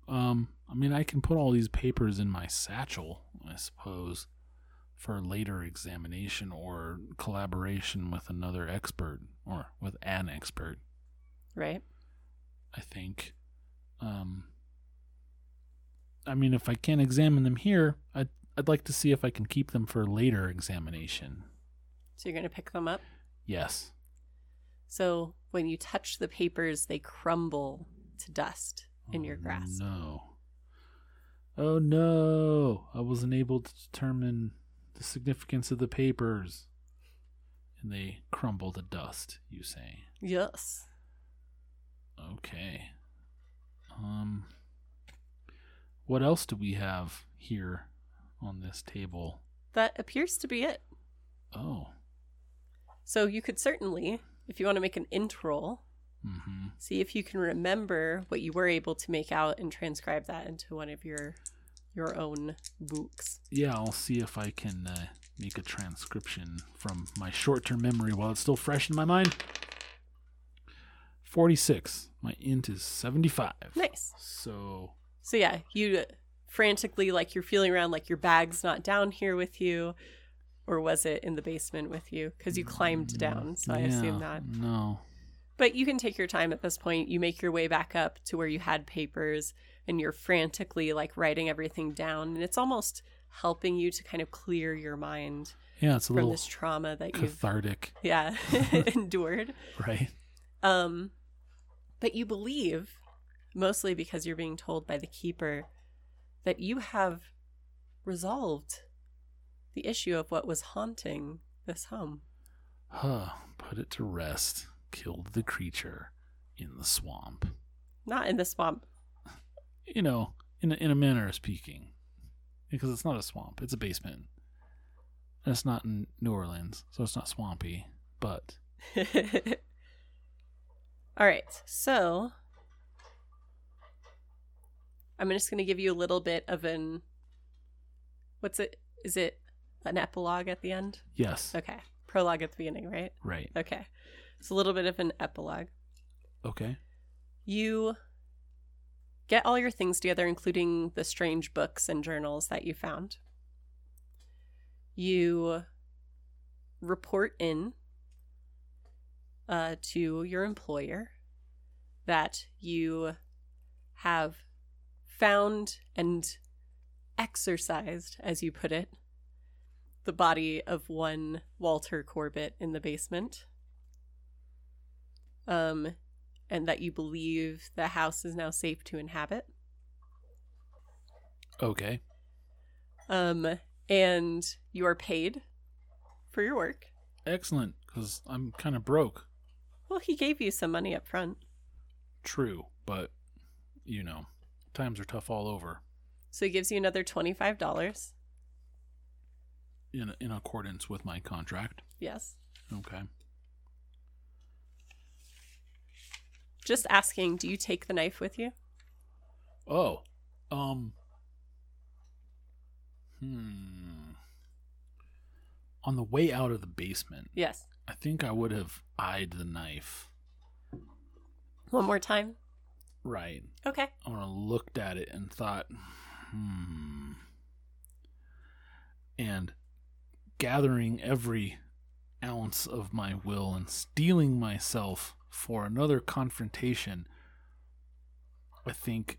B: Um, I mean, I can put all these papers in my satchel, I suppose, for later examination or collaboration with another expert or with an expert,
A: Right?
B: I think. Um, I mean, if I can't examine them here, I'd, I'd like to see if I can keep them for later examination.
A: So you're going to pick them up.
B: Yes.
A: So when you touch the papers, they crumble to dust in your
B: Oh,
A: grasp.
B: No. Oh no! I wasn't able to determine the significance of the papers. And they crumble to dust, you say.
A: Yes.
B: Okay. Um what else do we have here on this table?
A: That appears to be it.
B: Oh.
A: So you could certainly, if you want to make an int roll,
B: Mm-hmm.
A: see if you can remember what you were able to make out and transcribe that into one of your your own books.
B: Yeah, I'll see if I can uh, make a transcription from my short term memory while it's still fresh in my mind. 46. My int is 75.
A: Nice.
B: So,
A: So yeah, you frantically like you're feeling around like your bag's not down here with you or was it in the basement with you cuz you climbed down. So I assume
B: Mm, yeah,
A: that.
B: No.
A: But you can take your time at this point. You make your way back up to where you had papers and you're frantically like writing everything down. And it's almost helping you to kind of clear your mind
B: Yeah, it's a
A: from
B: little
A: this trauma that you've
B: cathartic,
A: yeah, endured.
B: right?
A: Um, but you believe, mostly because you're being told by the keeper, that you have resolved the issue of what was haunting this home.
B: Huh. Put it to rest. Killed the creature in the swamp.
A: Not in the swamp.
B: You know, in a, in a manner of speaking, because it's not a swamp; it's a basement, and it's not in New Orleans, so it's not swampy. But
A: All right. So I'm just going to give you a little bit of an what's it is it an epilogue at the end?
B: yes,
A: Okay. Prologue at the beginning, right?
B: right,
A: Okay. It's a little bit of an epilogue.
B: okay,
A: You get all your things together, including the strange books and journals that you found. You report in uh, to your employer that you have found and exercised, as you put it, the body of one Walter Corbett in the basement. Um, and that you believe the house is now safe to inhabit.
B: okay,
A: Um, and you are paid for your work.
B: excellent. Because I'm kind of broke.
A: Well, he gave you some money up front.
B: True, but you know, times are tough all over.
A: So he gives you another $25.
B: In in accordance with my contract.
A: Yes.
B: Okay.
A: Just asking, do you take the knife with you?
B: Oh, um, hmm. On the way out of the basement,
A: Yes.
B: I think I would have eyed the knife.
A: One more time.
B: Right.
A: Okay.
B: I would have looked at it and thought, hmm. And gathering every ounce of my will and steeling myself for another confrontation, I think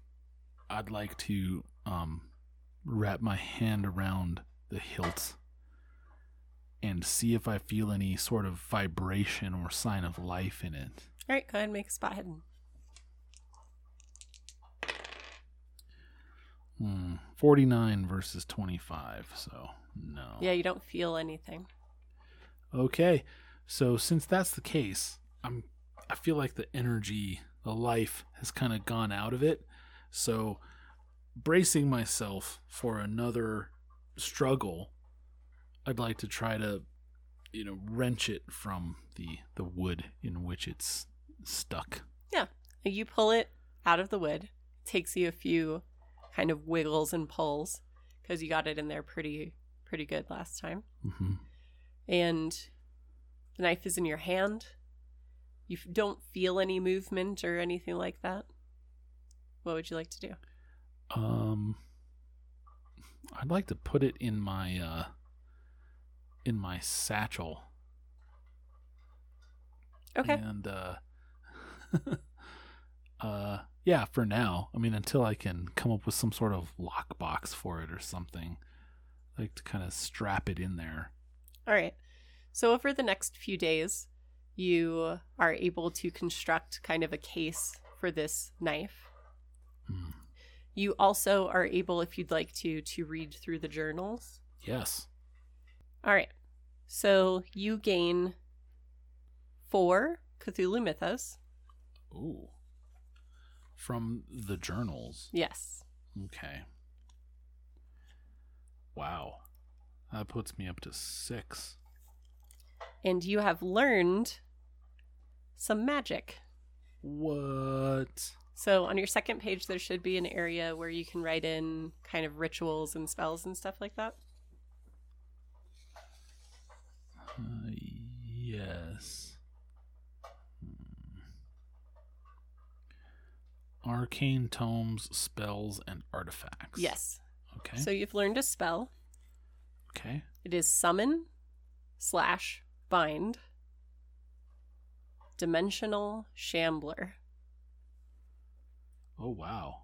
B: I'd like to um, wrap my hand around the hilt and see if I feel any sort of vibration or sign of life in it.
A: All right, go ahead and make a spot hidden.
B: Hmm. 49 versus 25, so no.
A: Yeah, you don't feel anything.
B: Okay. So since that's the case, I'm I feel like the energy, the life has kind of gone out of it. So bracing myself for another struggle, I'd like to try to you know wrench it from the the wood in which it's stuck.
A: You pull it out of the wood. takes you a few kind of wiggles and pulls because you got it in there pretty pretty good last time.
B: Mhm.
A: and the knife is in your hand. You f- don't feel any movement or anything like that. What would you like to do?
B: Um I'd like to put it in my uh in my satchel.
A: Okay.
B: And uh uh yeah, for now. I mean until I can come up with some sort of lockbox for it or something. Like to kind of strap it in there.
A: All right. So, over the next few days, you are able to construct kind of a case for this knife.
B: Hmm.
A: You also are able, if you'd like to, to read through the journals
B: Yes.
A: All right. So you gain four Cthulhu Mythos.
B: Ooh. From the journals.
A: Yes.
B: Okay. Wow. That puts me up to 6.
A: And you have learned some magic.
B: What?
A: So on your second page, there should be an area where you can write in kind of rituals and spells and stuff like that.
B: Uh, yes. Hmm. Arcane tomes, spells, and artifacts.
A: Yes.
B: Okay.
A: So you've learned a spell.
B: okay.
A: It is summon slash bind dimensional shambler.
B: Oh wow.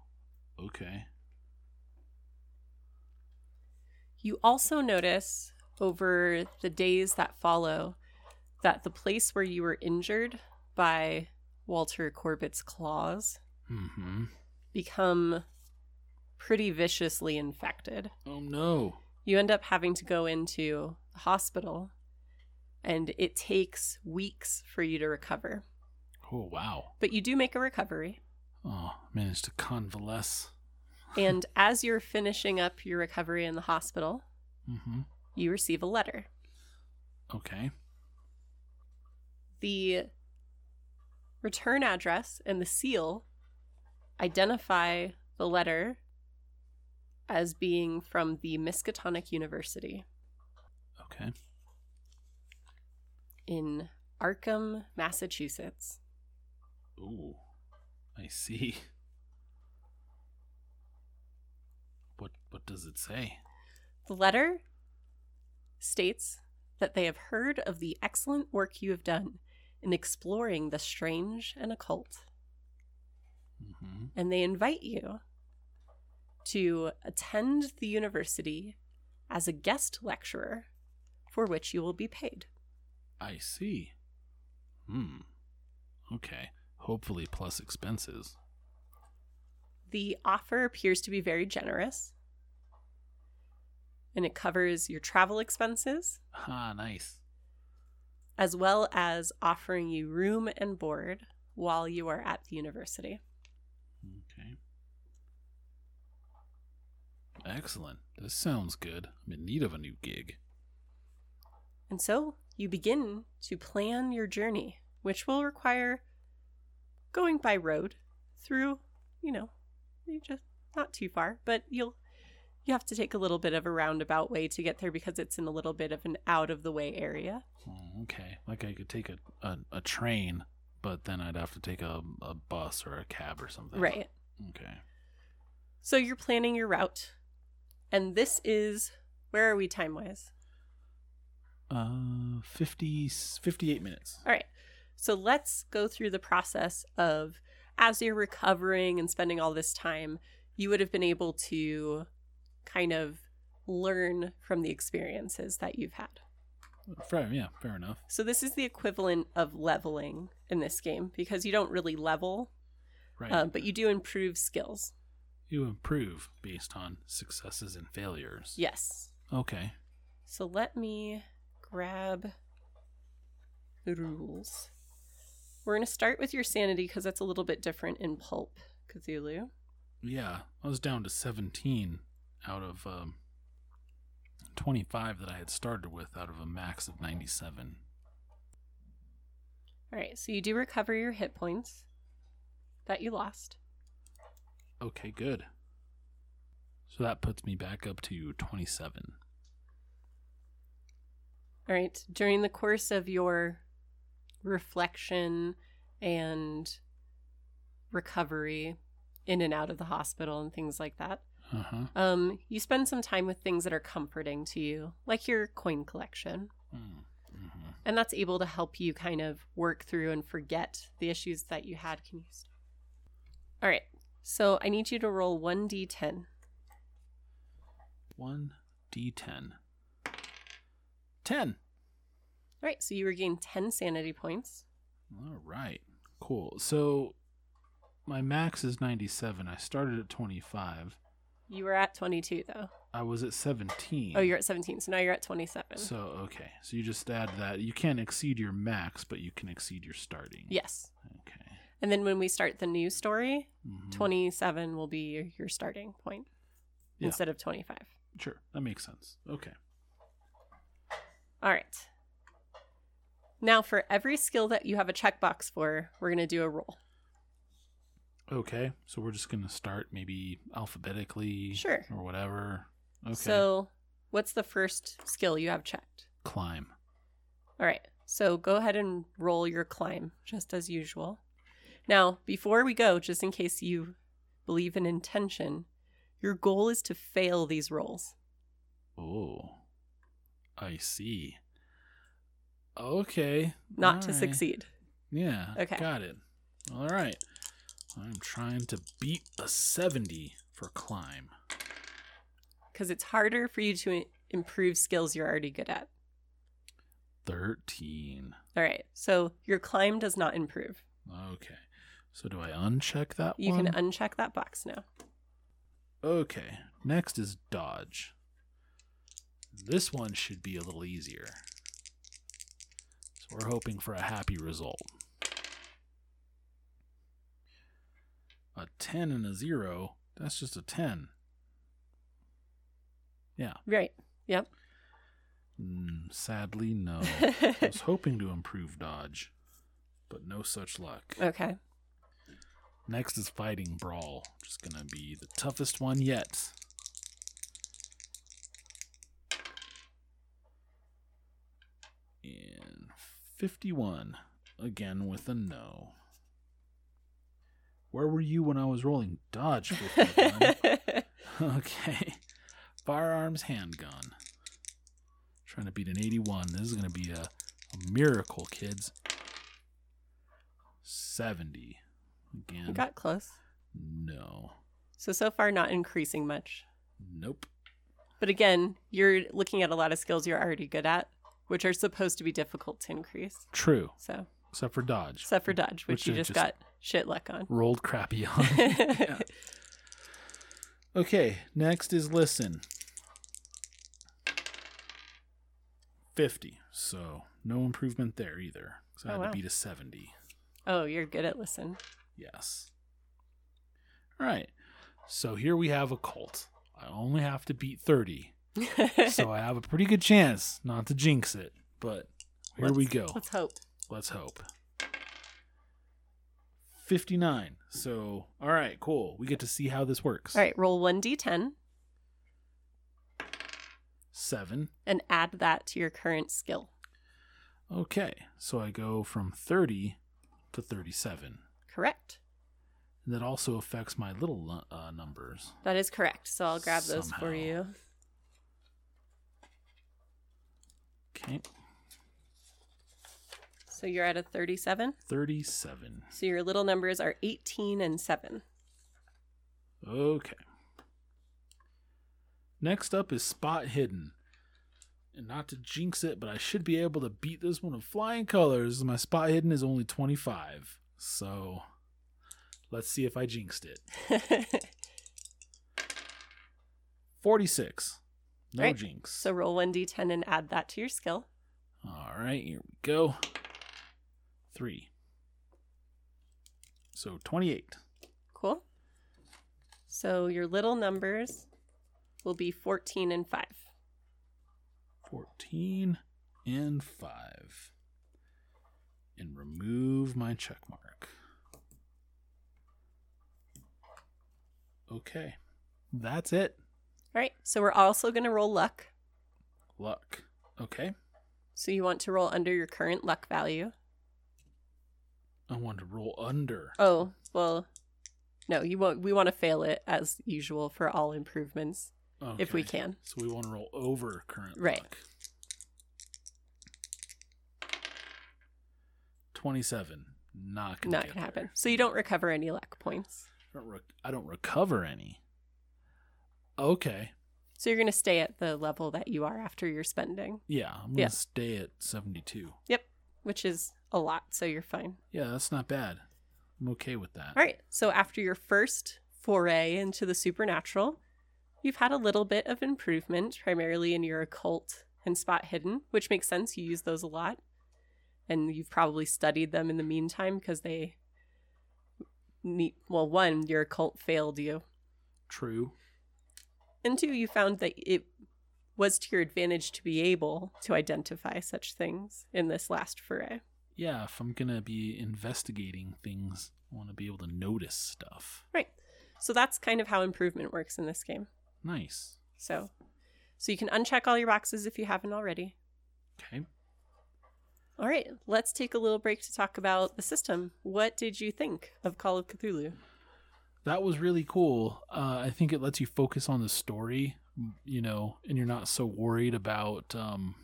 B: Okay.
A: You also notice over the days that follow that the place where you were injured by Walter Corbett's claws
B: Mm-hmm.
A: become pretty viciously infected.
B: Oh no.
A: You end up having to go into the hospital and it takes weeks for you to recover.
B: Oh wow.
A: But you do make a recovery.
B: Oh, managed to convalesce.
A: And as you're finishing up your recovery in the hospital,
B: hmm
A: you receive a letter.
B: Okay.
A: The return address and the seal identify the letter as being from the Miskatonic University
B: Okay.
A: in Arkham, Massachusetts.
B: Ooh. I see. What what does it say?
A: The letter states that they have heard of the excellent work you have done in exploring the strange and occult,
B: hmm
A: and they invite you to attend the university as a guest lecturer for which you will be paid.
B: I see. Hmm. Okay. Hopefully plus expenses.
A: The offer appears to be very generous. And it covers your travel expenses
B: Ah, nice.
A: as well as offering you room and board while you are at the university.
B: Okay. Excellent. This sounds good. I'm in need of a new gig.
A: And so you begin to plan your journey, which will require going by road through, you know, you just not too far, but you'll you have to take a little bit of a roundabout way to get there because it's in a little bit of an out of the way area.
B: Oh, okay. Like I could take a, a, a train, but then I'd have to take a, a bus or a cab or something.
A: Right.
B: Okay.
A: So you're planning your route. And this is where are we time wise?
B: Uh, 50, 58 minutes.
A: All right. So let's go through the process of as you're recovering and spending all this time, you would have been able to kind of learn from the experiences that you've had.
B: Fair, yeah, fair enough.
A: So this is the equivalent of leveling in this game because you don't really level,
B: Right.
A: uh, but you do improve skills.
B: you improve based on successes and failures.
A: Yes.
B: Okay.
A: So let me grab the rules. We're going to start with your sanity because that's a little bit different in Pulp Cthulhu.
B: Yeah, I was down to 17 out of um, 25 that I had started with out of a max of 97.
A: All right, so you do recover your hit points that you lost.
B: Okay, good. So that puts me back up to 27.
A: All right, during the course of your reflection and recovery in and out of the hospital and things like that,
B: Uh huh.
A: um, you spend some time with things that are comforting to you, like your coin collection.
B: Mm-hmm.
A: And that's able to help you kind of work through and forget the issues that you had. Can you stop? All right, so I need you to roll 1d10.
B: One D10. 10.
A: All right, so you regain 10 sanity points.
B: All right. Cool. So my max is 97. I started at 25.
A: You were at 22 though.
B: I was at 17.
A: Oh, you're at 17, so now you're at 27.
B: So, okay. So you just add that. You can't exceed your max, but you can exceed your starting.
A: yes.
B: Okay.
A: And then when we start the new story,
B: Mhm.
A: 27 will be your, your starting point
B: Yeah.
A: instead of 25.
B: Sure. That makes sense. Okay.
A: All right. Now, for every skill that you have a checkbox for, we're going to do a roll.
B: Okay. So we're just going to start maybe alphabetically
A: Sure.
B: or whatever. Okay.
A: So, what's the first skill you have checked?
B: climb.
A: All right. So go ahead and roll your climb just as usual. Now, before we go, just in case you believe in intention, your goal is to fail these rolls.
B: Oh. I see. Okay.
A: not to
B: All right.
A: succeed.
B: Yeah.
A: Okay.
B: Got it. All right. I'm trying to beat a 70 for climb.
A: Because it's harder for you to i- improve skills you're already good at.
B: 13.
A: All right, so your climb does not improve.
B: Okay. So do I uncheck that
A: You
B: one?
A: can uncheck that box now.
B: okay. Next is dodge. This one should be a little easier. So we're hoping for a happy result. A 10 and a 0 That's just a 10. Yeah.
A: Right.
B: Mm, sadly, no. I was hoping to improve dodge, but no such luck.
A: okay.
B: Next is fighting brawl, which is gonna be the toughest one yet. And fifty-one again with a no. Where were you when I was rolling dodge? 51? okay, firearms handgun. Trying to beat an eighty-one. This is gonna be a, a miracle, kids. Seventy again.
A: Got close.
B: No.
A: So, so far, not increasing much.
B: Nope.
A: But again, you're looking at a lot of skills you're already good at, which are supposed to be difficult to increase.
B: True.
A: So,
B: Except for dodge.
A: except for dodge, which,
B: Which
A: you
B: I
A: just,
B: just-
A: got shit luck on.
B: Rolled crappy on. Yeah. Okay. Next is listen. 50. So no improvement there either. Because I
A: Oh,
B: had
A: wow.
B: to beat a 70.
A: oh, you're good at listen.
B: Yes. All right. So here we have a cult. I only have to beat 30. so I have a pretty good chance not to jinx it. But here we
A: Let's-
B: go.
A: Let's hope.
B: Let's hope. 59. So, all right, cool. We get to see how this works.
A: All right, roll 1d10
B: Seven.
A: and add that to your current skill.
B: Okay. So I go from 30 to 37.
A: Correct.
B: And that also affects my little nu- uh, numbers.
A: That is correct. So I'll grab those
B: Somehow.
A: for you.
B: Okay.
A: So you're at a 37.
B: 37.
A: So your little numbers are 18 and 7.
B: Okay. Next up is Spot Hidden. And not to jinx it, but I should be able to beat this one in flying colors. My Spot Hidden is only 25. So let's see if I jinxed it. 46. No
A: Right.
B: jinx.
A: so roll 1d10 and add that to your skill.
B: All right, here we go. Three. So 28.
A: Cool. So your little numbers will be 14 and 5.
B: 14 and 5 and remove my check mark okay that's it
A: All right. So we're also going to roll luck.
B: luck okay
A: So you want to roll under your current luck value.
B: i want to roll under
A: Oh, well, no, you won't. We want to fail it as usual for all improvements if we
B: Okay.
A: can.
B: so we want to roll over current
A: Right.
B: luck. 27 not gonna
A: Not
B: get
A: going to happen.
B: there.
A: So you don't recover any luck points.
B: I don't rec- i don't recover any okay
A: So you're going to stay at the level that you are after your spending,
B: Yeah, I'm gonna
A: Yeah.
B: stay at 72.
A: which is a lot. So you're fine.
B: Yeah, that's not bad. I'm okay with that.
A: All right. So after your first foray into the supernatural, you've had a little bit of improvement, primarily in your occult and spot hidden, which makes sense. You use those a lot. And you've probably studied them in the meantime because they need, well, one, your occult failed you.
B: True.
A: And two, you found that it was to your advantage to be able to identify such things in this last foray.
B: Yeah, if I'm gonna be investigating things, I want to be able to notice stuff.
A: Right. So that's kind of how improvement works in this game.
B: Nice.
A: So, so you can uncheck all your boxes if you haven't already.
B: Okay.
A: All right, let's take a little break to talk about the system. What did you think of Call of Cthulhu?
B: That was really cool. Uh, I think it lets you focus on the story, you know, and you're not so worried about, um,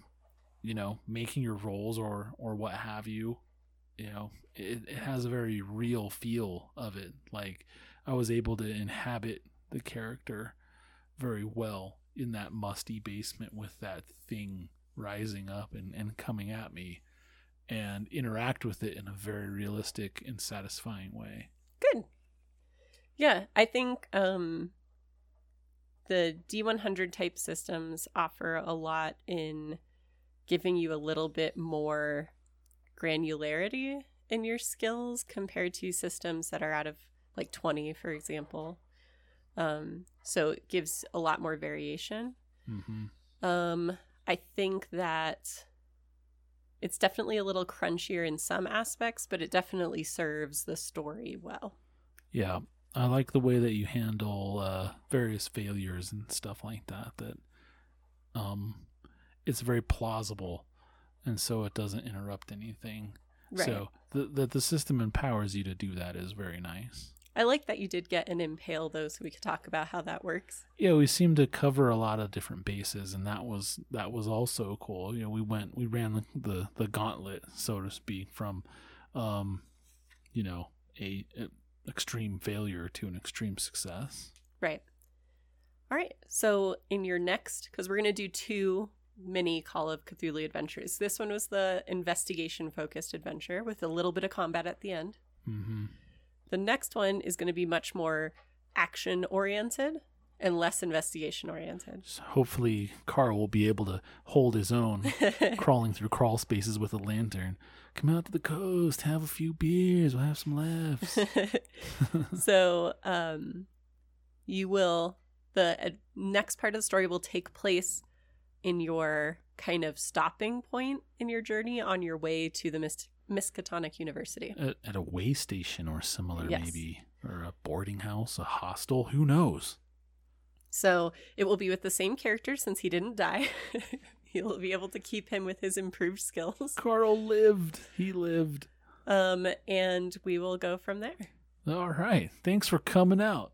B: you know, making your rolls or or what have you. You know, it, it has a very real feel of it. Like I was able to inhabit the character very well in that musty basement with that thing rising up and, and coming at me and interact with it in a very realistic and satisfying way.
A: Good. Yeah, I think um, the D100 type systems offer a lot in giving you a little bit more granularity in your skills compared to systems that are out of like 20, for example, Um, so it gives a lot more variation.
B: hmm
A: Um, I think that it's definitely a little crunchier in some aspects, but it definitely serves the story well.
B: Yeah. I like the way that you handle uh, various failures and stuff like that. That um, it's very plausible, and so it doesn't interrupt anything.
A: Right.
B: So th- that the system empowers you to do that is very nice.
A: I like that you did get an impale though, so we could talk about how that works.
B: yeah we seemed to cover a lot of different bases and that was that was also cool you know we went we ran the the, the gauntlet so to speak from um you know a, a extreme failure to an extreme success
A: Right. All right. So in your next, because we're gonna do two mini Call of Cthulhu adventures. This one was the investigation focused adventure with a little bit of combat at the end.
B: mm-hmm.
A: The next one is going to be much more action oriented and less investigation oriented.
B: so hopefully carl will be able to hold his own crawling through crawl spaces with a lantern come out to the coast have a few beers we'll have some laughs
A: so, um, you will, the ad- next part of the story will take place in your kind of stopping point in your journey on your way to the Mis- Miskatonic University.
B: at, at a way station or similar
A: Yes.
B: maybe or a boarding house a hostel who knows
A: So, it will be with the same character since he didn't die. You'll be able to keep him with his improved skills.
B: Carl lived. He lived.
A: Um, and we will go from there.
B: All right. Thanks for coming out.